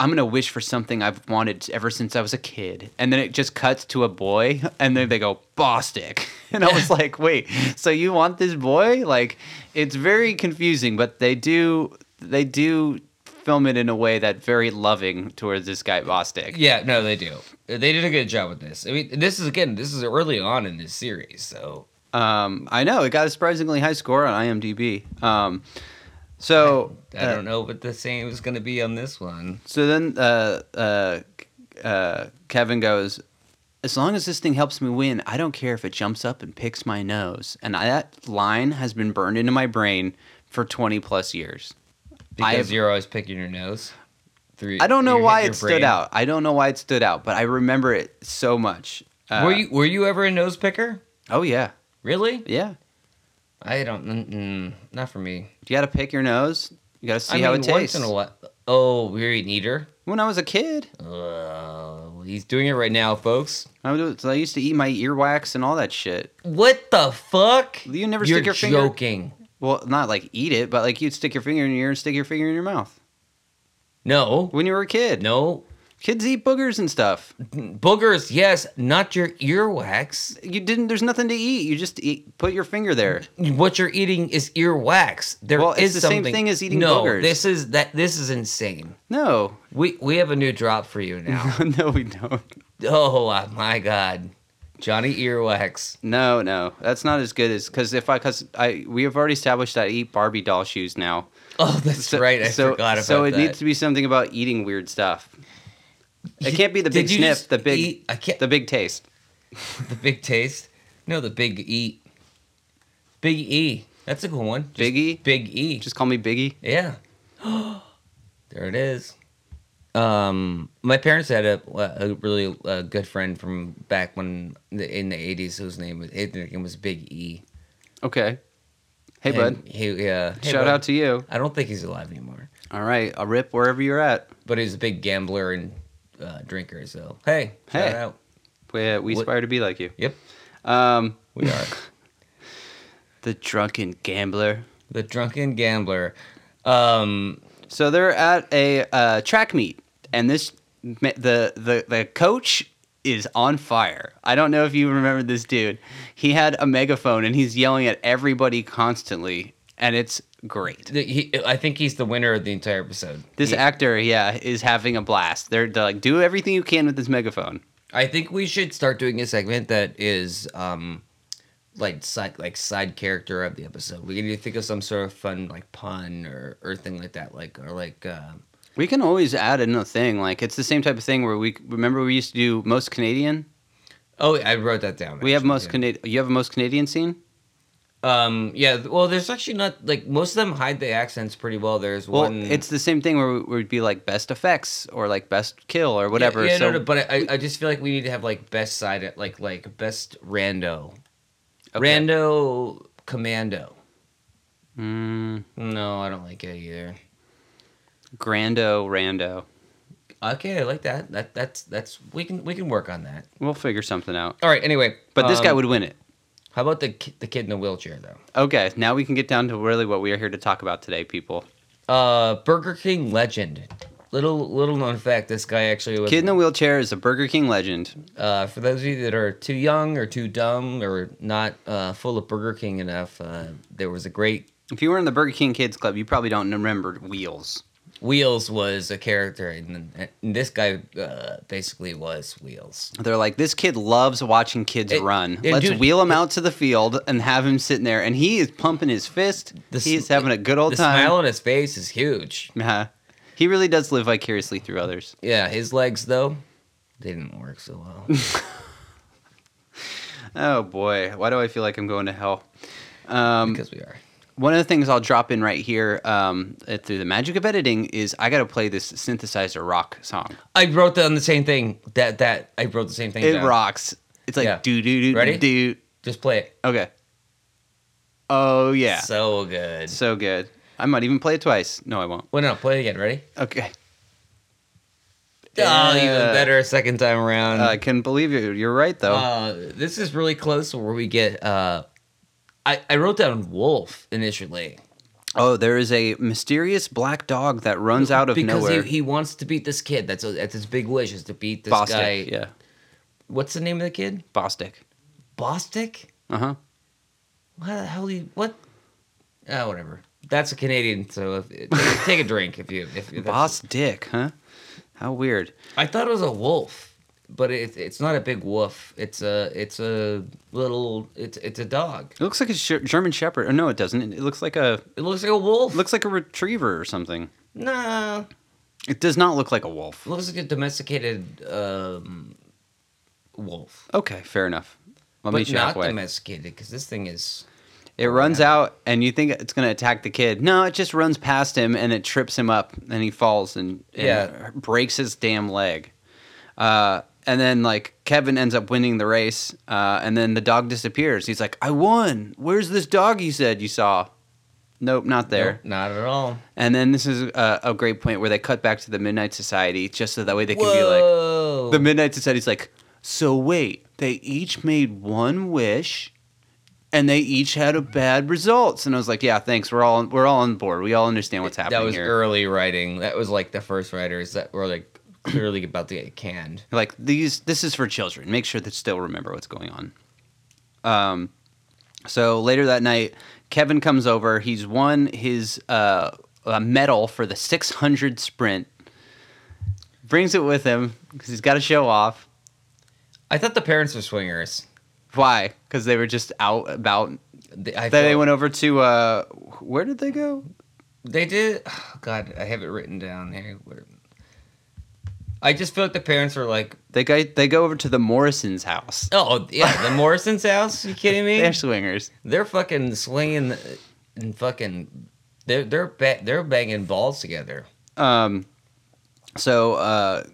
I'm gonna wish for something I've wanted ever since I was a kid, and then it just cuts to a boy, and then they go Bostic, and I was like, wait, so you want this boy? Like, it's very confusing, but they do they do film it in a way that very loving towards this guy Bostic.
Yeah, no, they do. They did a good job with this. I mean, this is again, this is early on in this series, so
Um, I know it got a surprisingly high score on IMDb. Um, so
I don't know what the same is going to be on this one.
So then uh, uh, uh, Kevin goes, As long as this thing helps me win, I don't care if it jumps up and picks my nose. And I, that line has been burned into my brain for 20 plus years. I
Because
have-
you're always picking your nose. Through,
I don't know
your-
why
your
it stood
brain.
out. I don't know why it stood out, but I remember it so much. Uh,
were you were you ever a nose picker?
Oh, yeah.
Really?
Yeah.
I don't. mm, Mm, not for me.
You got to pick your nose. You got to see
I
how
mean,
it tastes.
Once in a while. Oh, we're an eater.
When I was a kid,
Uh, he's doing it right now, folks.
I, was, I used to eat my earwax and all that shit.
What the fuck?
You never
You're
stick your finger-
joking.
Well, not like eat it, but like you'd stick your finger in your ear and stick your finger in your mouth.
No.
when you were a kid.
No.
Kids eat boogers and stuff.
Boogers, yes, not your earwax.
You didn't. There's nothing to eat. You just eat, put your finger there.
what you're eating is earwax. There is
Well, it's the same
something.
thing as eating
no,
boogers.
this is that. This is insane.
No,
We we have a new drop for you now.
no, we don't.
oh uh, my god, Johnny earwax.
No, no, that's not as good as because if I because I we have already established that I eat Barbie doll shoes now.
Oh, that's right. I forgot about
so it
that.
needs to be something about eating weird stuff. It
You-
can't be the
did
big
you
sniff,
just
the big,
eat- I can't-
the big taste.
the big taste. No, the big eat. Big E. That's a cool one. Just
Big E?
Big E.
Just call me Biggie.
Yeah. there it is. Um, my parents had a, a really uh good friend from back when the, in the eighties whose name was his name was Big E.
Okay. Hey,
And
bud.
He, yeah. hey,
Shout
bud.
out to you.
I don't think he's alive anymore,
All right, a rip wherever you're at.
but he's a big gambler and uh, drinker. So hey, shout
Hey.
out.
We, we
What-
aspire to be like you.
Yep,
Um,
we are
The drunken gambler.
the drunken gambler. Um,
So they're at a uh, track meet, and this ma- the the the coach is on fire. I don't know if you remember this dude. He had a megaphone, and he's yelling at everybody constantly, and it's great.
the, he, I think he's the winner of the entire episode.
This actor, yeah, is having a blast. They're, they're like, do everything you can with this megaphone.
I think we should start doing a segment that is um like side like side character of the episode. We need to think of some sort of fun like pun or or thing like that, like or like uh,
We can always add another thing. Like it's the same type of thing where we remember we used to do most Canadian.
oh I wrote that down.
We have
actually,
most
yeah.
Canadian. You have a most Canadian scene.
um yeah th- well there's actually not like most of them hide the accents pretty well. There's
Well,
one
it's the same thing where we- we'd be like best effects or like best kill or whatever.
Yeah, yeah,
so
no, no, but I, I just feel like we need to have like best side like like best rando.
Okay.
Rando commando.
Mm,
No, I don't like it either.
Grando Rando.
Okay, I like that. That that's that's we can we can work on that.
We'll figure something out.
All right. Anyway,
But this
um,
guy would win it.
How about the ki- the kid in the wheelchair though?
Okay, now we can get down to really what we are here to talk about today, people.
Uh, Burger King legend. Little little known fact: this guy actually was
Kid in the wheelchair is a Burger King legend.
Uh, for those of you that are too young or too dumb or not uh, full of Burger King enough, uh, there was a great
If you were in the Burger King Kids Club, you probably don't remember Wheels.
Wheels was a character, and, and this guy uh, basically was Wheels.
They're like, this kid loves watching kids
It-
run.
it-
Let's
dude-
wheel him out to the field and have him sitting there. And he is pumping his fist.
The
He's
sm-
having a good old
the
time.
smile on his face is huge.
Yeah. He really does live vicariously through others.
Yeah, his legs though, they didn't work so well.
Oh boy, why do I feel like I'm going to hell? Um,
because we are.
one of the things I'll drop in right here um, uh, through the magic of editing is I got to play this synthesizer rock song.
I wrote down the same thing that that I wrote the same thing.
It
down.
rocks. It's
Yeah.
like do do do
Ready?
do.
Just play it.
Okay. Oh yeah, so,
So good.
good. I might even play it twice. No, I won't.
Well, no, play it again. Ready?
Okay.
Oh, even
Yeah.
better second time around.
Uh, I can believe you. You're right though.
Mm. Uh, this is really close where we get. Uh, I, I wrote down wolf initially.
Oh, there is a mysterious black dog that runs out of
because
nowhere.
He, he wants to beat this kid. That's that's his big wish is to beat this
Bostic,
guy.
yeah,
What's the name of the kid?
Bostic.
Bostic?
Uh huh.
How the hell do you what? Ah, whatever. That's a Canadian, so if, take, take a drink if you. If, if that's-
Boss Dick, huh? How weird.
I thought it was a wolf, but it, it's not a big wolf. It's a it's a little it's it's a dog.
It looks like a sh- German Shepherd. Oh, no, it doesn't. It looks like a
It looks like a wolf.
it looks like a retriever or something.
nah,
It does not look like a wolf.
looks like a domesticated um, wolf,
Okay, fair enough. I'll meet
but
you
not Oh,
halfway.
domesticated because this thing is.
It runs out, and you think it's going to attack the kid. No, it just runs past him, and it trips him up, and he falls and, and
Yeah.
breaks his damn leg. Uh, and then, like, Kevin ends up winning the race, uh, and then the dog disappears. He's like, I won. Where's this dog you said you saw? Nope, not there.
Nope, not at all.
And then this is a, a great point where they cut back to the Midnight Society, just so that way they can be like,
Whoa.
the Midnight Society's like, so wait, they each made one wish, and they each had a bad results. And I was like, yeah, thanks. We're all we're all on board. We all understand what's happening
that was
here.
early writing. That was like the first writers that were like clearly about to get canned.
Like these, this is for children. Make sure that still remember what's going on. Um, so later that night, Kevin comes over. He's won his uh, a medal for the 600 sprint. Brings it with him because he's got to show off.
I thought the parents were swingers.
Why? Because they were just out about.
They, I
Then they
felt-
went over to uh, where did they go?
They did. Oh, God, I have it written down here. Where- I just feel like the parents were like,
They go they go over to the Morrison's house.
"Oh yeah, the Morrison's house." You kidding me?
They're
They're,
swingers.
fucking swinging and fucking. They're they're ba- they're banging balls together.
Um, so uh,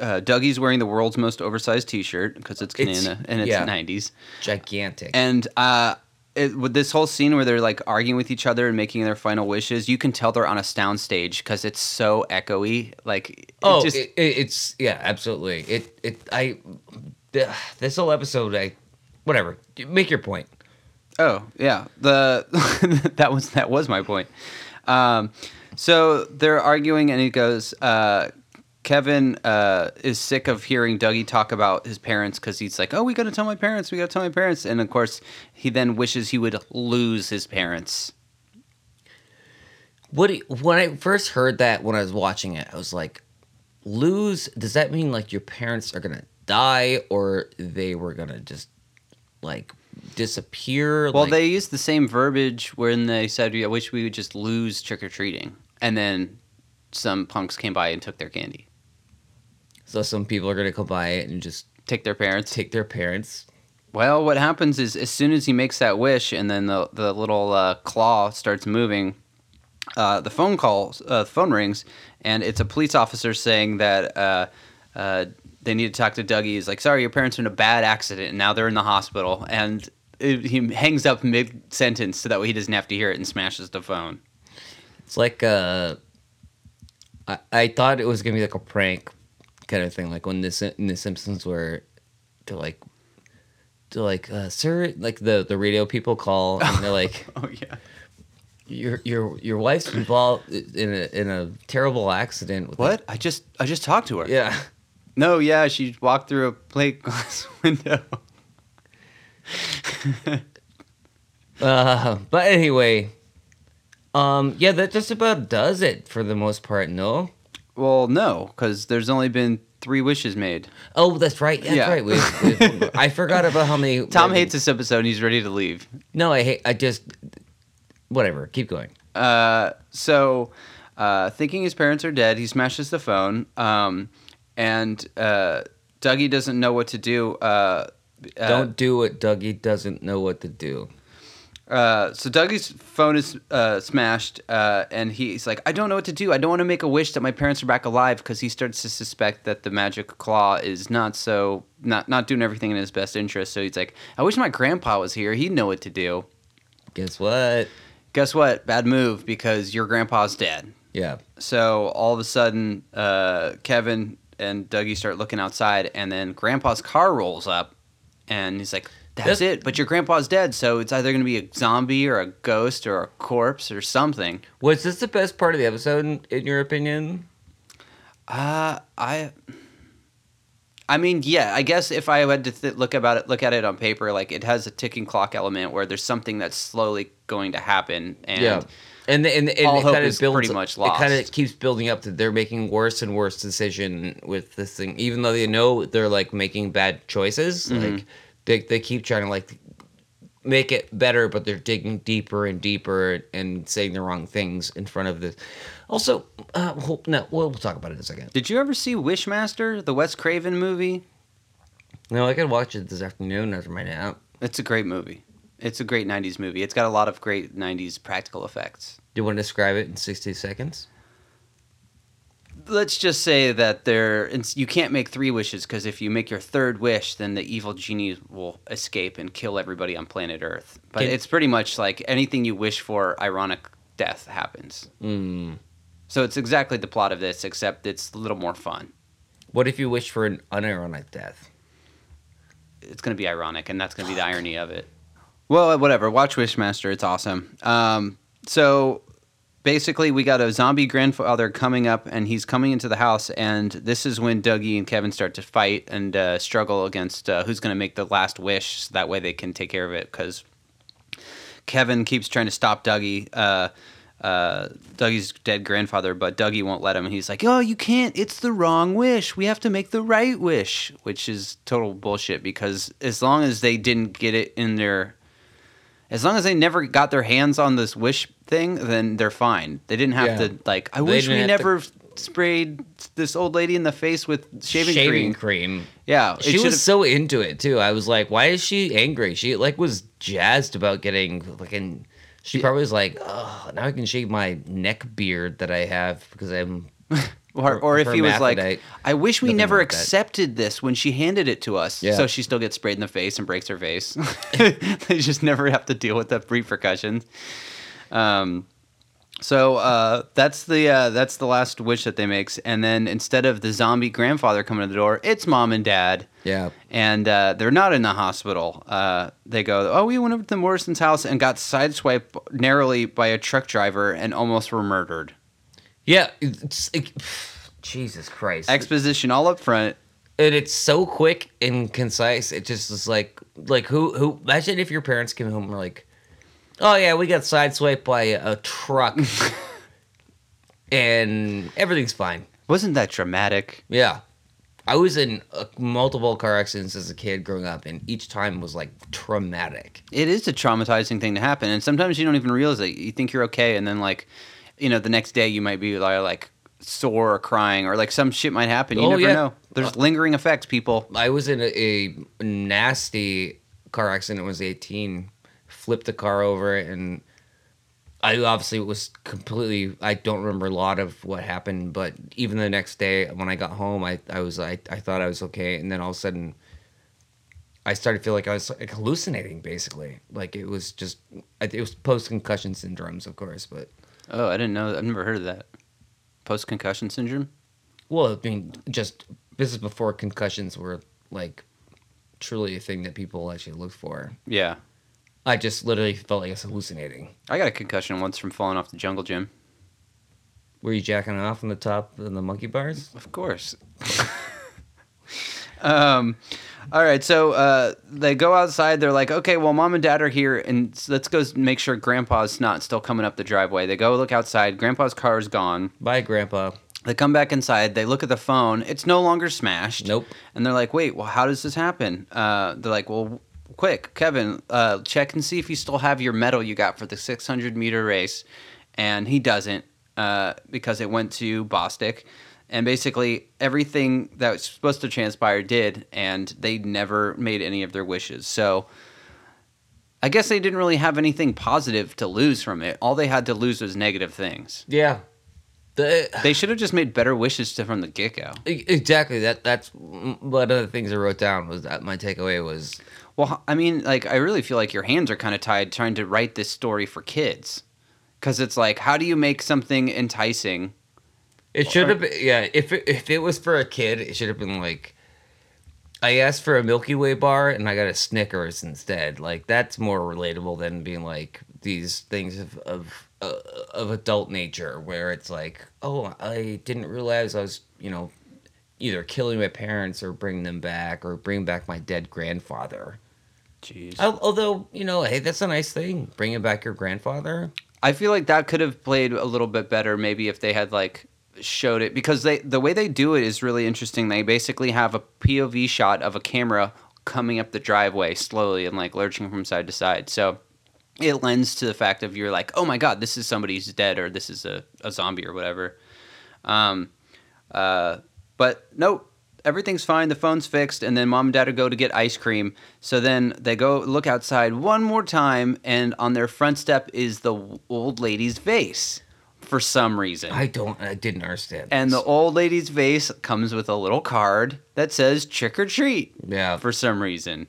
uh, Dougie's wearing the world's most oversized T-shirt because it's
It's-
Canada and it's
yeah.
'90s.
Gigantic.
And uh, it, with this whole scene where they're like arguing with each other and making their final wishes, you can tell they're on a soundstage because it's so echoey. Like, it
oh,
just-
it, it- it's yeah, absolutely. It it I th- this whole episode I whatever. Make your point.
Oh yeah, the that was that was my point. Um, so they're arguing, and he goes, uh, Kevin uh, is sick of hearing Dougie talk about his parents because he's like, "Oh, we gotta tell my parents, we gotta tell my parents," and of course, he then wishes he would lose his parents.
What do you- when I first heard that when I was watching it, I was like, lose. Does that mean like your parents are gonna die or they were gonna just like disappear?
Well,
Like,
they used the same verbiage when they said, "I wish we would just lose trick or treating," and then some punks came by and took their candy,
so some people are gonna come by it and just
take their parents.
take their parents.
Well, what happens is as soon as he makes that wish, and then the the little uh, claw starts moving, uh, the phone call, uh, phone rings, and it's a police officer saying that uh, uh, they need to talk to Dougie. He's like, "Sorry, your parents are in a bad accident, and now they're in the hospital." And it, he hangs up mid sentence so that way he doesn't have to hear it and smashes the phone.
It's like uh, I I thought it was gonna be like a prank kind of thing, like when the Sim- in the Simpsons where they're like. They're like, uh, sir, like the, the radio people call and they're like,
Oh yeah,
Your your your wife's involved in a in a terrible accident. With
what? I just I just talked to her.
the- yeah,
No, yeah, she walked through a plate glass window.
uh, but anyway, um, yeah, that just about does it for the most part. No,
Well, no, because there's only been three wishes made.
oh, that's right, that's
Yeah.
right. We, we- I forgot about how many.
Tom hates this episode. and He's ready to leave.
No, I hate. I just whatever. Keep going.
Uh, so, uh, thinking his parents are dead, he smashes the phone. Um, and uh, Dougie doesn't know what to do. Uh, uh,
Don't do what Dougie doesn't know what to do.
Uh, so Dougie's phone is uh, smashed, uh, and he's like, "I don't know what to do. I don't want to make a wish that my parents are back alive," because he starts to suspect that the magic claw is not so not not doing everything in his best interest. So he's like, "I wish my grandpa was here. He'd know what to do."
Guess what?
Guess what? Bad move because your grandpa's dead.
Yeah,
So all of a sudden, uh, Kevin and Dougie start looking outside, and then Grandpa's car rolls up, and he's like, That's
That-
it. But your grandpa's dead, so it's either going to be a zombie or a ghost or a corpse or something.
Was this the best part of the episode, in, in your opinion?
Uh, I. I mean, yeah. I guess if I had to th- look about it, look at it on paper, like it has a ticking clock element where there's something that's slowly going to happen, and
And the, and, the, and
all
it
hope
kind
is
of builds
pretty much
It kind of
lost.
keeps building up that they're making worse and worse decision with this thing, even though they know they're like making bad choices.
Mm-hmm.
Like they they keep trying to like make it better, but they're digging deeper and deeper and saying the wrong things in front of this. Also, uh, well, no, we'll, we'll talk about it in a second.
Did you ever see Wishmaster, the Wes Craven movie?
No, I could watch it this afternoon after my nap.
It's a great movie. It's a great 90s movie. It's got a lot of great 90s practical effects.
Do you want to describe it in sixty seconds?
Let's just say that there it's, you can't make three wishes because if you make your third wish, then the evil genie will escape and kill everybody on planet Earth. But
Can-
it's pretty much like anything you wish for, ironic death happens. Hmm.
Mm.
So it's exactly the plot of this, except it's a little more fun.
What if you wish for an unironic death?
It's going to be ironic, and that's going to be the irony of it. Well, uh, whatever. Watch Wishmaster. It's awesome. Um, so basically, we got a zombie grandfather coming up, and he's coming into the house. And this is when Dougie and Kevin start to fight and uh, struggle against uh, who's going to make the last wish. So that way they can take care of it because Kevin keeps trying to stop Dougie. Uh, uh, Dougie's dead grandfather, but Dougie won't let him. And he's like, "Oh, you can't! It's the wrong wish. We have to make the right wish," which is total bullshit. Because as long as they didn't get it in their as long as they never got their hands on this wish thing, then they're fine. They didn't have
Yeah.
to like. I
They
wish we
didn't have to-
never sprayed this old lady in the face with shaving, cream.
cream.
Yeah, it
she
should've-
was so into it too. I was like, why is she angry? She like was jazzed about getting like and she probably was like, oh, now I can shave my neck beard that I have because I'm
or, or if he was like,
hermaphrodite.
I wish we
Nothing
never
like that.
accepted this when she handed it to us.
Yeah.
So she still gets sprayed in the face and breaks her face. they just never have to deal with the repercussions. Um, so uh, that's the uh, that's the last wish that they makes, and then instead of the zombie grandfather coming to the door, it's mom and dad
yeah.
and uh, they're not in the hospital. Uh, they go, oh, we went over to Morrison's house and got sideswiped narrowly by a truck driver and almost were murdered.
Yeah. It's, it- Jesus Christ.
Exposition all up front.
and it's so quick and concise. It just is like like who who imagine if your parents came home and were like, oh yeah, we got sideswiped by a, a truck, and everything's fine.
Wasn't that dramatic?
Yeah, I was in uh, multiple car accidents as a kid growing up, and each time was like traumatic.
It is a traumatizing thing to happen, and sometimes you don't even realize it. You think you're okay, and then like, you know, the next day you might be like, like sore or crying or like some shit might happen. You
Oh,
never
yeah.
know. There's lingering effects, people.
I was in a, a nasty car accident. when I was eighteen, flipped the car over, and I obviously was completely. I don't remember a lot of what happened, but even the next day when I got home, I I was I, I thought I was okay, and then all of a sudden, I started to feel like I was like hallucinating. Basically, like it was just it was post concussion syndromes, of course, but.
Oh, I didn't know. I've never heard of that. Post concussion syndrome.
Well, I mean, just this is before concussions were like truly a thing that people actually looked for.
Yeah,
I just literally felt like I was hallucinating.
I got a concussion once from falling off the jungle gym.
Were you jacking off on the top of the monkey bars?
Of course. um, all right, so uh, they go outside. They're like, okay, well, mom and dad are here, and s- let's go s- make sure grandpa's not still coming up the driveway. They go look outside. Grandpa's car is gone.
Bye, Grandpa.
They come back inside. They look at the phone. It's no longer smashed.
Nope.
And they're like, wait, well, how does this happen? Uh, they're like, well, quick, Kevin, uh, check and see if you still have your medal you got for the 600 meter race. And he doesn't uh, because it went to Bostic. And basically, everything that was supposed to transpire did, and they never made any of their wishes. So I guess they didn't really have anything positive to lose from it. All they had to lose was negative things.
Yeah. The,
They should have just made better wishes to, from the get go.
e- exactly. That that's one of the things I wrote down was that my takeaway was
Well, I mean, like, I really feel like your hands are kind of tied trying to write this story for kids. Because it's like, how do you make something enticing?
It should have been yeah. If it, if it was for a kid, it should have been like I asked for a Milky Way bar and I got a Snickers instead. Like that's more relatable than being like these things of of uh, of adult nature where it's like, oh, I didn't realize I was, you know, either killing my parents or bringing them back or bring back my dead grandfather.
Jeez.
Al- Although, you know, hey, that's a nice thing, bringing back your grandfather.
I feel like that could have played a little bit better maybe if they had like showed it because they the way they do it is really interesting. They basically have a POV shot of a camera coming up the driveway slowly and like lurching from side to side. So it lends to the fact of you're like, oh my god, this is somebody's dead or this is a, a zombie or whatever. Um, uh, but no, everything's fine. The phone's fixed, and then mom and dad go to get ice cream. So then they go look outside one more time, and on their front step is the w- old lady's vase for some reason.
I don't, I didn't understand.
and the
this.
old lady's vase comes with a little card that says trick or treat
yeah,
for some reason.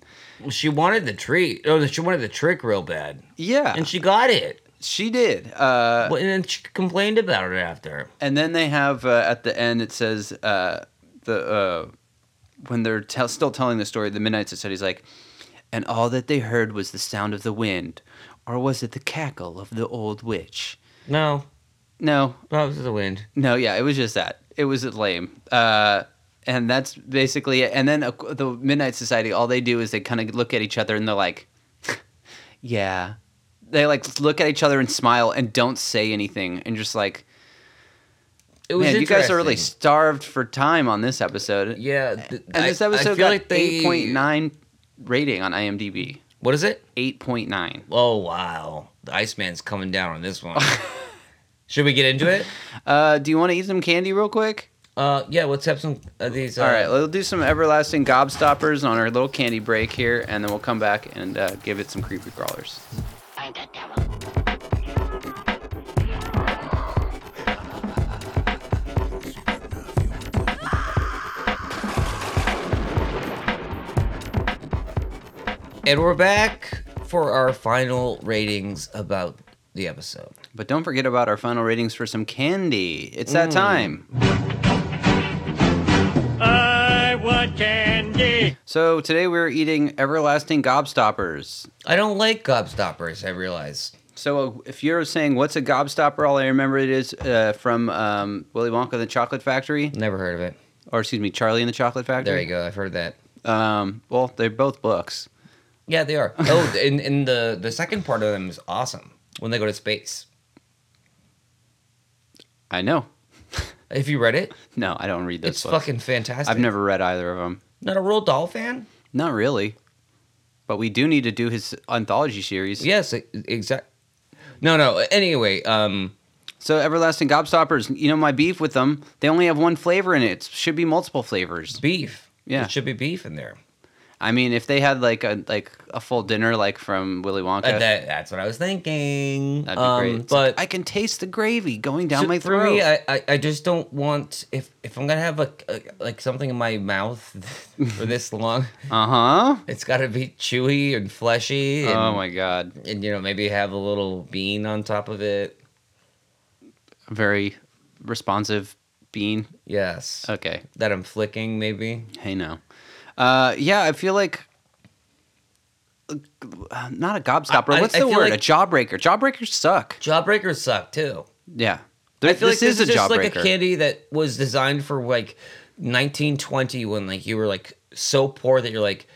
she wanted the treat. Oh, she wanted the trick real bad,
Yeah,
and she got it.
she did. Uh,
Well, and then she complained about it after.
And then they have uh, at the end it says uh, the uh, when they're tell still telling the story, the Midnight Society's like, and all that they heard was the sound of the wind, or was it the cackle of the old witch?
No,
No,
that was the wind.
no, yeah, it was just that. It was lame. Uh, and that's basically it. And then uh, the Midnight Society, all they do is they kind of look at each other and they're like, yeah. They like look at each other and smile and don't say anything and just like,
It was
Man, you guys are really
interesting.
starved for time on this episode.
Yeah, th-
and this
I- I
episode
feel
got
like they-
eight point nine rating on IMDb.
What is it?
Eight point nine.
Oh wow, the Iceman's coming down on this one. Should we get into it?
Uh, do you want to eat some candy real quick?
Uh, yeah. Let's have some of these. Uh,
All right, we'll do some everlasting gobstoppers on our little candy break here, and then we'll come back and uh, give it some creepy crawlers.
and we're back for our final ratings about the episode.
But don't forget about our final ratings for some candy. It's that
Mm.
time. I want candy. So today we're eating everlasting gobstoppers.
I don't like gobstoppers. I realize.
So uh, if you're saying what's a gobstopper, all I remember it is uh, from um, Willy Wonka and the Chocolate Factory,
Never heard of it.
or excuse me, Charlie and the Chocolate Factory.
There you go. I've heard that.
go. Um, well, they're both books.
Yeah, they are. Oh, and, and the the second part of them is awesome when they go to space.
I know.
If you read it,
No, I don't read those
it's
books.
fucking fantastic.
I've never read either of them.
not a real doll fan.
Not really. But we do need to do his anthology series.
Yes, exactly. No, no. Anyway, um,
So everlasting gobstoppers, you know my beef with them. They only have one flavor in it. It should be multiple flavors.
beef.
Yeah.
there should be beef in there.
I mean, if they had like a like a full dinner like from Willy Wonka,
Uh, that, that's what I was thinking.
That'd be
Um,
great. It's
But
like, I can taste the gravy going down
so
my throat.
For me, I, I, I just don't want if if I'm gonna have a, a like something in my mouth for this long,
uh huh.
it's got to be chewy and fleshy. And,
Oh my god.
And you know maybe have a little bean on top of it.
Very responsive bean.
Yes.
Okay.
That I'm flicking maybe.
Hey now. Uh, yeah, I feel like uh, not a gobstopper.
I-
What's
I
the
feel
word?
like-
a jawbreaker. Jawbreakers suck.
Jawbreakers suck too.
Yeah.
I feel
this
like
is
this is
a
just
jawbreaker.
like a candy that was designed for like 1920 when like you were like so poor that you're like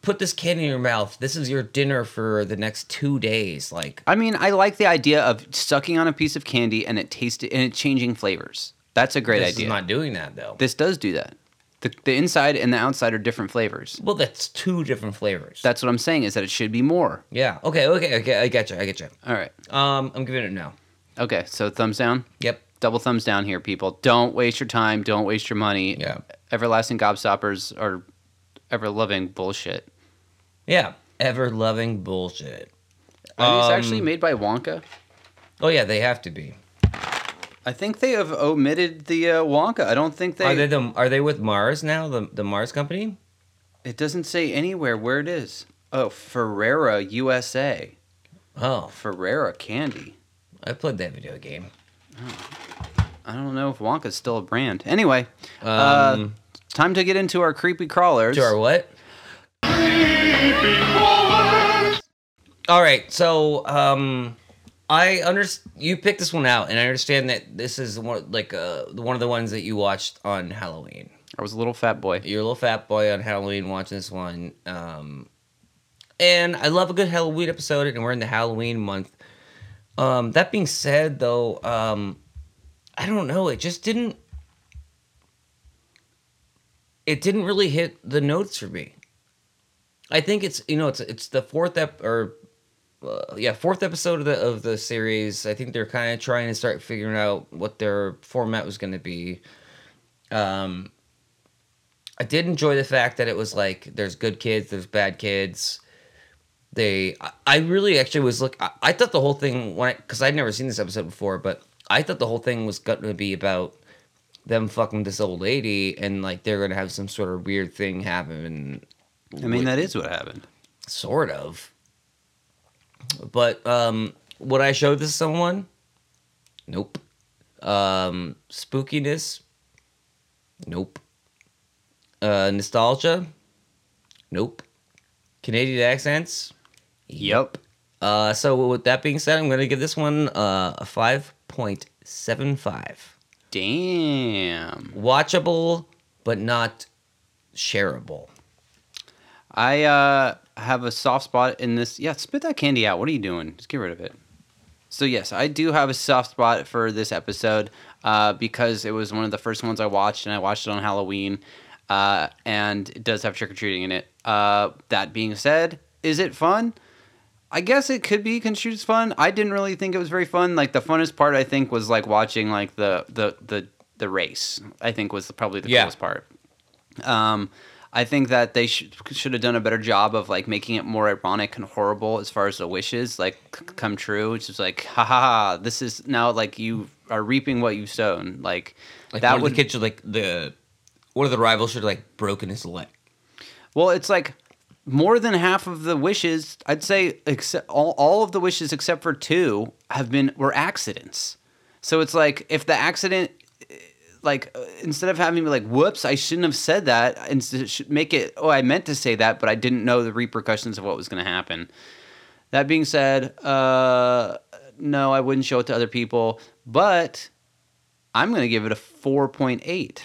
put this candy in your mouth. This is your dinner for the next 2 days like
I mean, I like the idea of sucking on a piece of candy and it tasted and it changing flavors. That's a great
this
idea.
is not doing that though.
this does do that. The, the inside and the outside are different flavors.
well, that's two different flavors.
That's what I'm saying is that it should be more.
yeah. Okay, okay, okay. I get you. I get you.
All right.
Um I'm giving it a no.
Okay. So thumbs down.
Yep.
Double thumbs down here, people. Don't waste your time. Don't waste your money.
Yeah.
Everlasting gobstoppers are ever loving bullshit.
Yeah. Ever loving bullshit.
Are these
Um,
actually made by Wonka?
Oh yeah, they have to be.
I think they have omitted the uh, Wonka. I don't think
Are
they.
they the, are they with Mars now? The the Mars company?
it doesn't say anywhere where it is. Oh, Ferrera USA.
Oh,
Ferrera candy.
I played that video game.
I don't know if Wonka's still a brand. Anyway,
Um,
uh, time to get into our creepy crawlers.
To our what? All right, so um, I understand you picked this one out, and I understand that this is one like uh, one of the ones that you watched on Halloween.
I was a little fat boy.
You're a little fat boy on Halloween watching this one, um, and I love a good Halloween episode, and we're in the Halloween month. Um, that being said, though, um, I don't know. It just didn't. It didn't really hit the notes for me. I think it's you know it's it's the fourth ep or uh, yeah fourth episode of the of the series. I think they're kind of trying to start figuring out what their format was going to be. Um, I did enjoy the fact that it was like there's good kids, there's bad kids. They, I- I really actually was look. I, I thought the whole thing when because I'd never seen this episode before, but I thought the whole thing was going to be about them fucking this old lady and like they're going to have some sort of weird thing happen
I mean, that is what happened.
sort of. But um, would I show this to someone? Nope. Um, spookiness? Nope. Uh, nostalgia? Nope. Canadian accents?
Yep.
Uh, so with that being said, I'm going to give this one uh, a 5.75.
Damn.
Watchable, but not shareable.
I uh, have a soft spot in this. Yeah, spit that candy out. What are you doing? Just get rid of it. So yes, I do have a soft spot for this episode uh, because it was one of the first ones I watched, and I watched it on Halloween, uh, and it does have trick or treating in it. Uh, that being said, is it fun? I guess it could be construed as fun. I didn't really think it was very fun. Like the funnest part, I think, was like watching like the the the the race. I think was probably the
Yeah.
coolest part. Um, I think that they sh- should have done a better job of like making it more ironic and horrible as far as the wishes like c- come true. It's just like, ha ha ha, this is now like you are reaping what you've sown. Like,
Like
that
one
would
of the kids should like the one of the rivals should like broken his leg.
Well, it's like more than half of the wishes, I'd say except all, all of the wishes except for two have been were accidents. So it's like if the accident eh, like uh, instead of having me like whoops i shouldn't have said that instead it should make it oh i meant to say that but i didn't know the repercussions of what was going to happen that being said uh no i wouldn't show it to other people but i'm going to give it a 4.8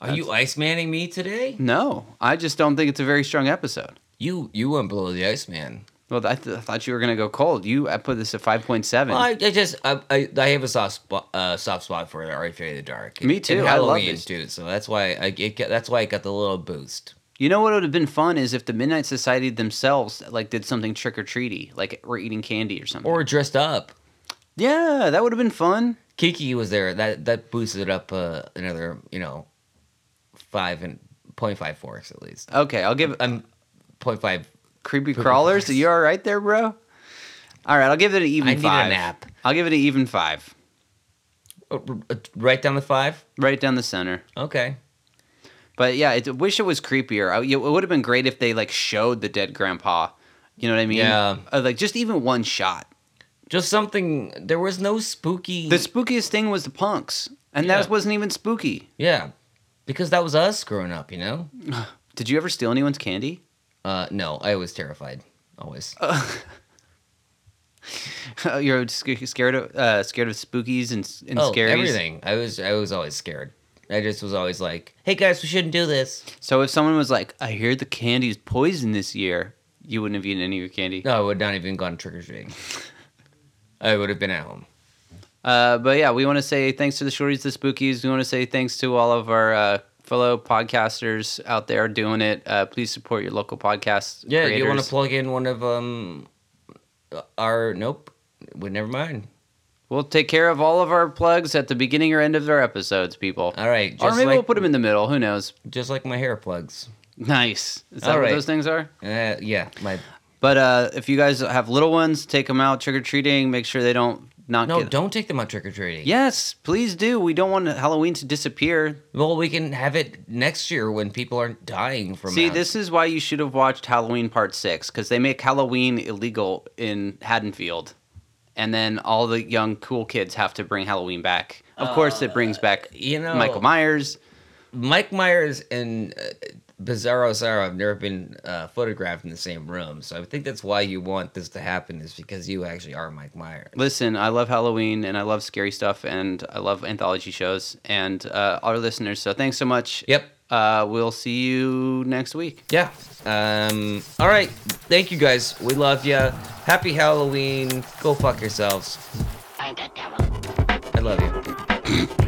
Are you ice manning me today?
no i just don't think it's a very strong episode
You you went below the ice man.
Well, I, th- I thought you were gonna go cold. You, I put this at five point seven.
I, I just I, I, I have a soft spot uh, soft spot for the Are Fear the Dark.
Me
And
too, I love
Halloween
this.
too. So that's why I it, got- that's why I got the little boost.
you know what would have been fun is if the Midnight Society themselves like did something trick or treaty, like we're eating candy or something.
Or dressed up.
yeah, that would have been fun.
Kiki was there. That that boosted it up uh, another you know five and point five forks at least.
Okay, I'll give
I'm point five.
creepy crawlers. Are you all right there, bro? All right, I'll give it an even
I need a
five.
nap.
I'll give it an even five.
uh, uh, Right down the five.
Right down the center.
Okay.
But yeah, it, I wish it was creepier. I, it would have been great if they like showed the dead grandpa. You know what I mean?
Yeah.
Uh, like just even one shot.
Just something. There was no spooky.
The spookiest thing was the punks, and
Yeah.
that wasn't even spooky.
Yeah, because that was us growing up, you know.
Did you ever steal anyone's candy?
Uh, no, I was terrified always.
Oh, You're sc- scared of uh, scared of spookies and, s- and
oh,
scaries.
everything. I was I was always scared. I just was always like, "Hey guys, we shouldn't do this."
So if someone was like, "I hear the candy's poison this year," you wouldn't have eaten any of your candy.
No, I would not even gone trick or treating. I would have been at home.
Uh, but yeah, we want to say thanks to the shorties, the spookies. We want to say thanks to all of our uh, fellow podcasters out there doing it. Uh, please support your local podcast.
Yeah,
creators.
you want to plug in one of um, our nope, well, never mind.
We'll take care of all of our plugs at the beginning or end of our episodes, people.
All right,
or
Uh, just
maybe
like
we'll put them in the middle. Who knows?
just like my hair plugs.
Nice. Is that
All
what
right.
those things are?
Uh, yeah, my
But uh, if you guys have little ones, take them out trick or treating. Make sure they don't not
no,
get-
don't take them out trick or treating.
Yes, please do. We don't want Halloween to disappear.
Well, we can have it next year when people aren't dying from.
See,
out-
this is why you should have watched Halloween Part Six because they make Halloween illegal in Haddonfield, and then all the young cool kids have to bring Halloween back. Of course, it brings back
Uh, you know-
Michael Myers.
Mike Myers and uh, Bizarro Sarah have never been uh, photographed in the same room, so I think that's why you want this to happen is because you actually are Mike Myers.
Listen, I love Halloween and I love scary stuff and I love anthology shows and uh, our listeners. So thanks so much.
Yep.
Uh, we'll see you next week.
Yeah. Um. All right. Thank you guys. We love you. Happy Halloween. Go fuck yourselves.
I'm the devil.
I love you.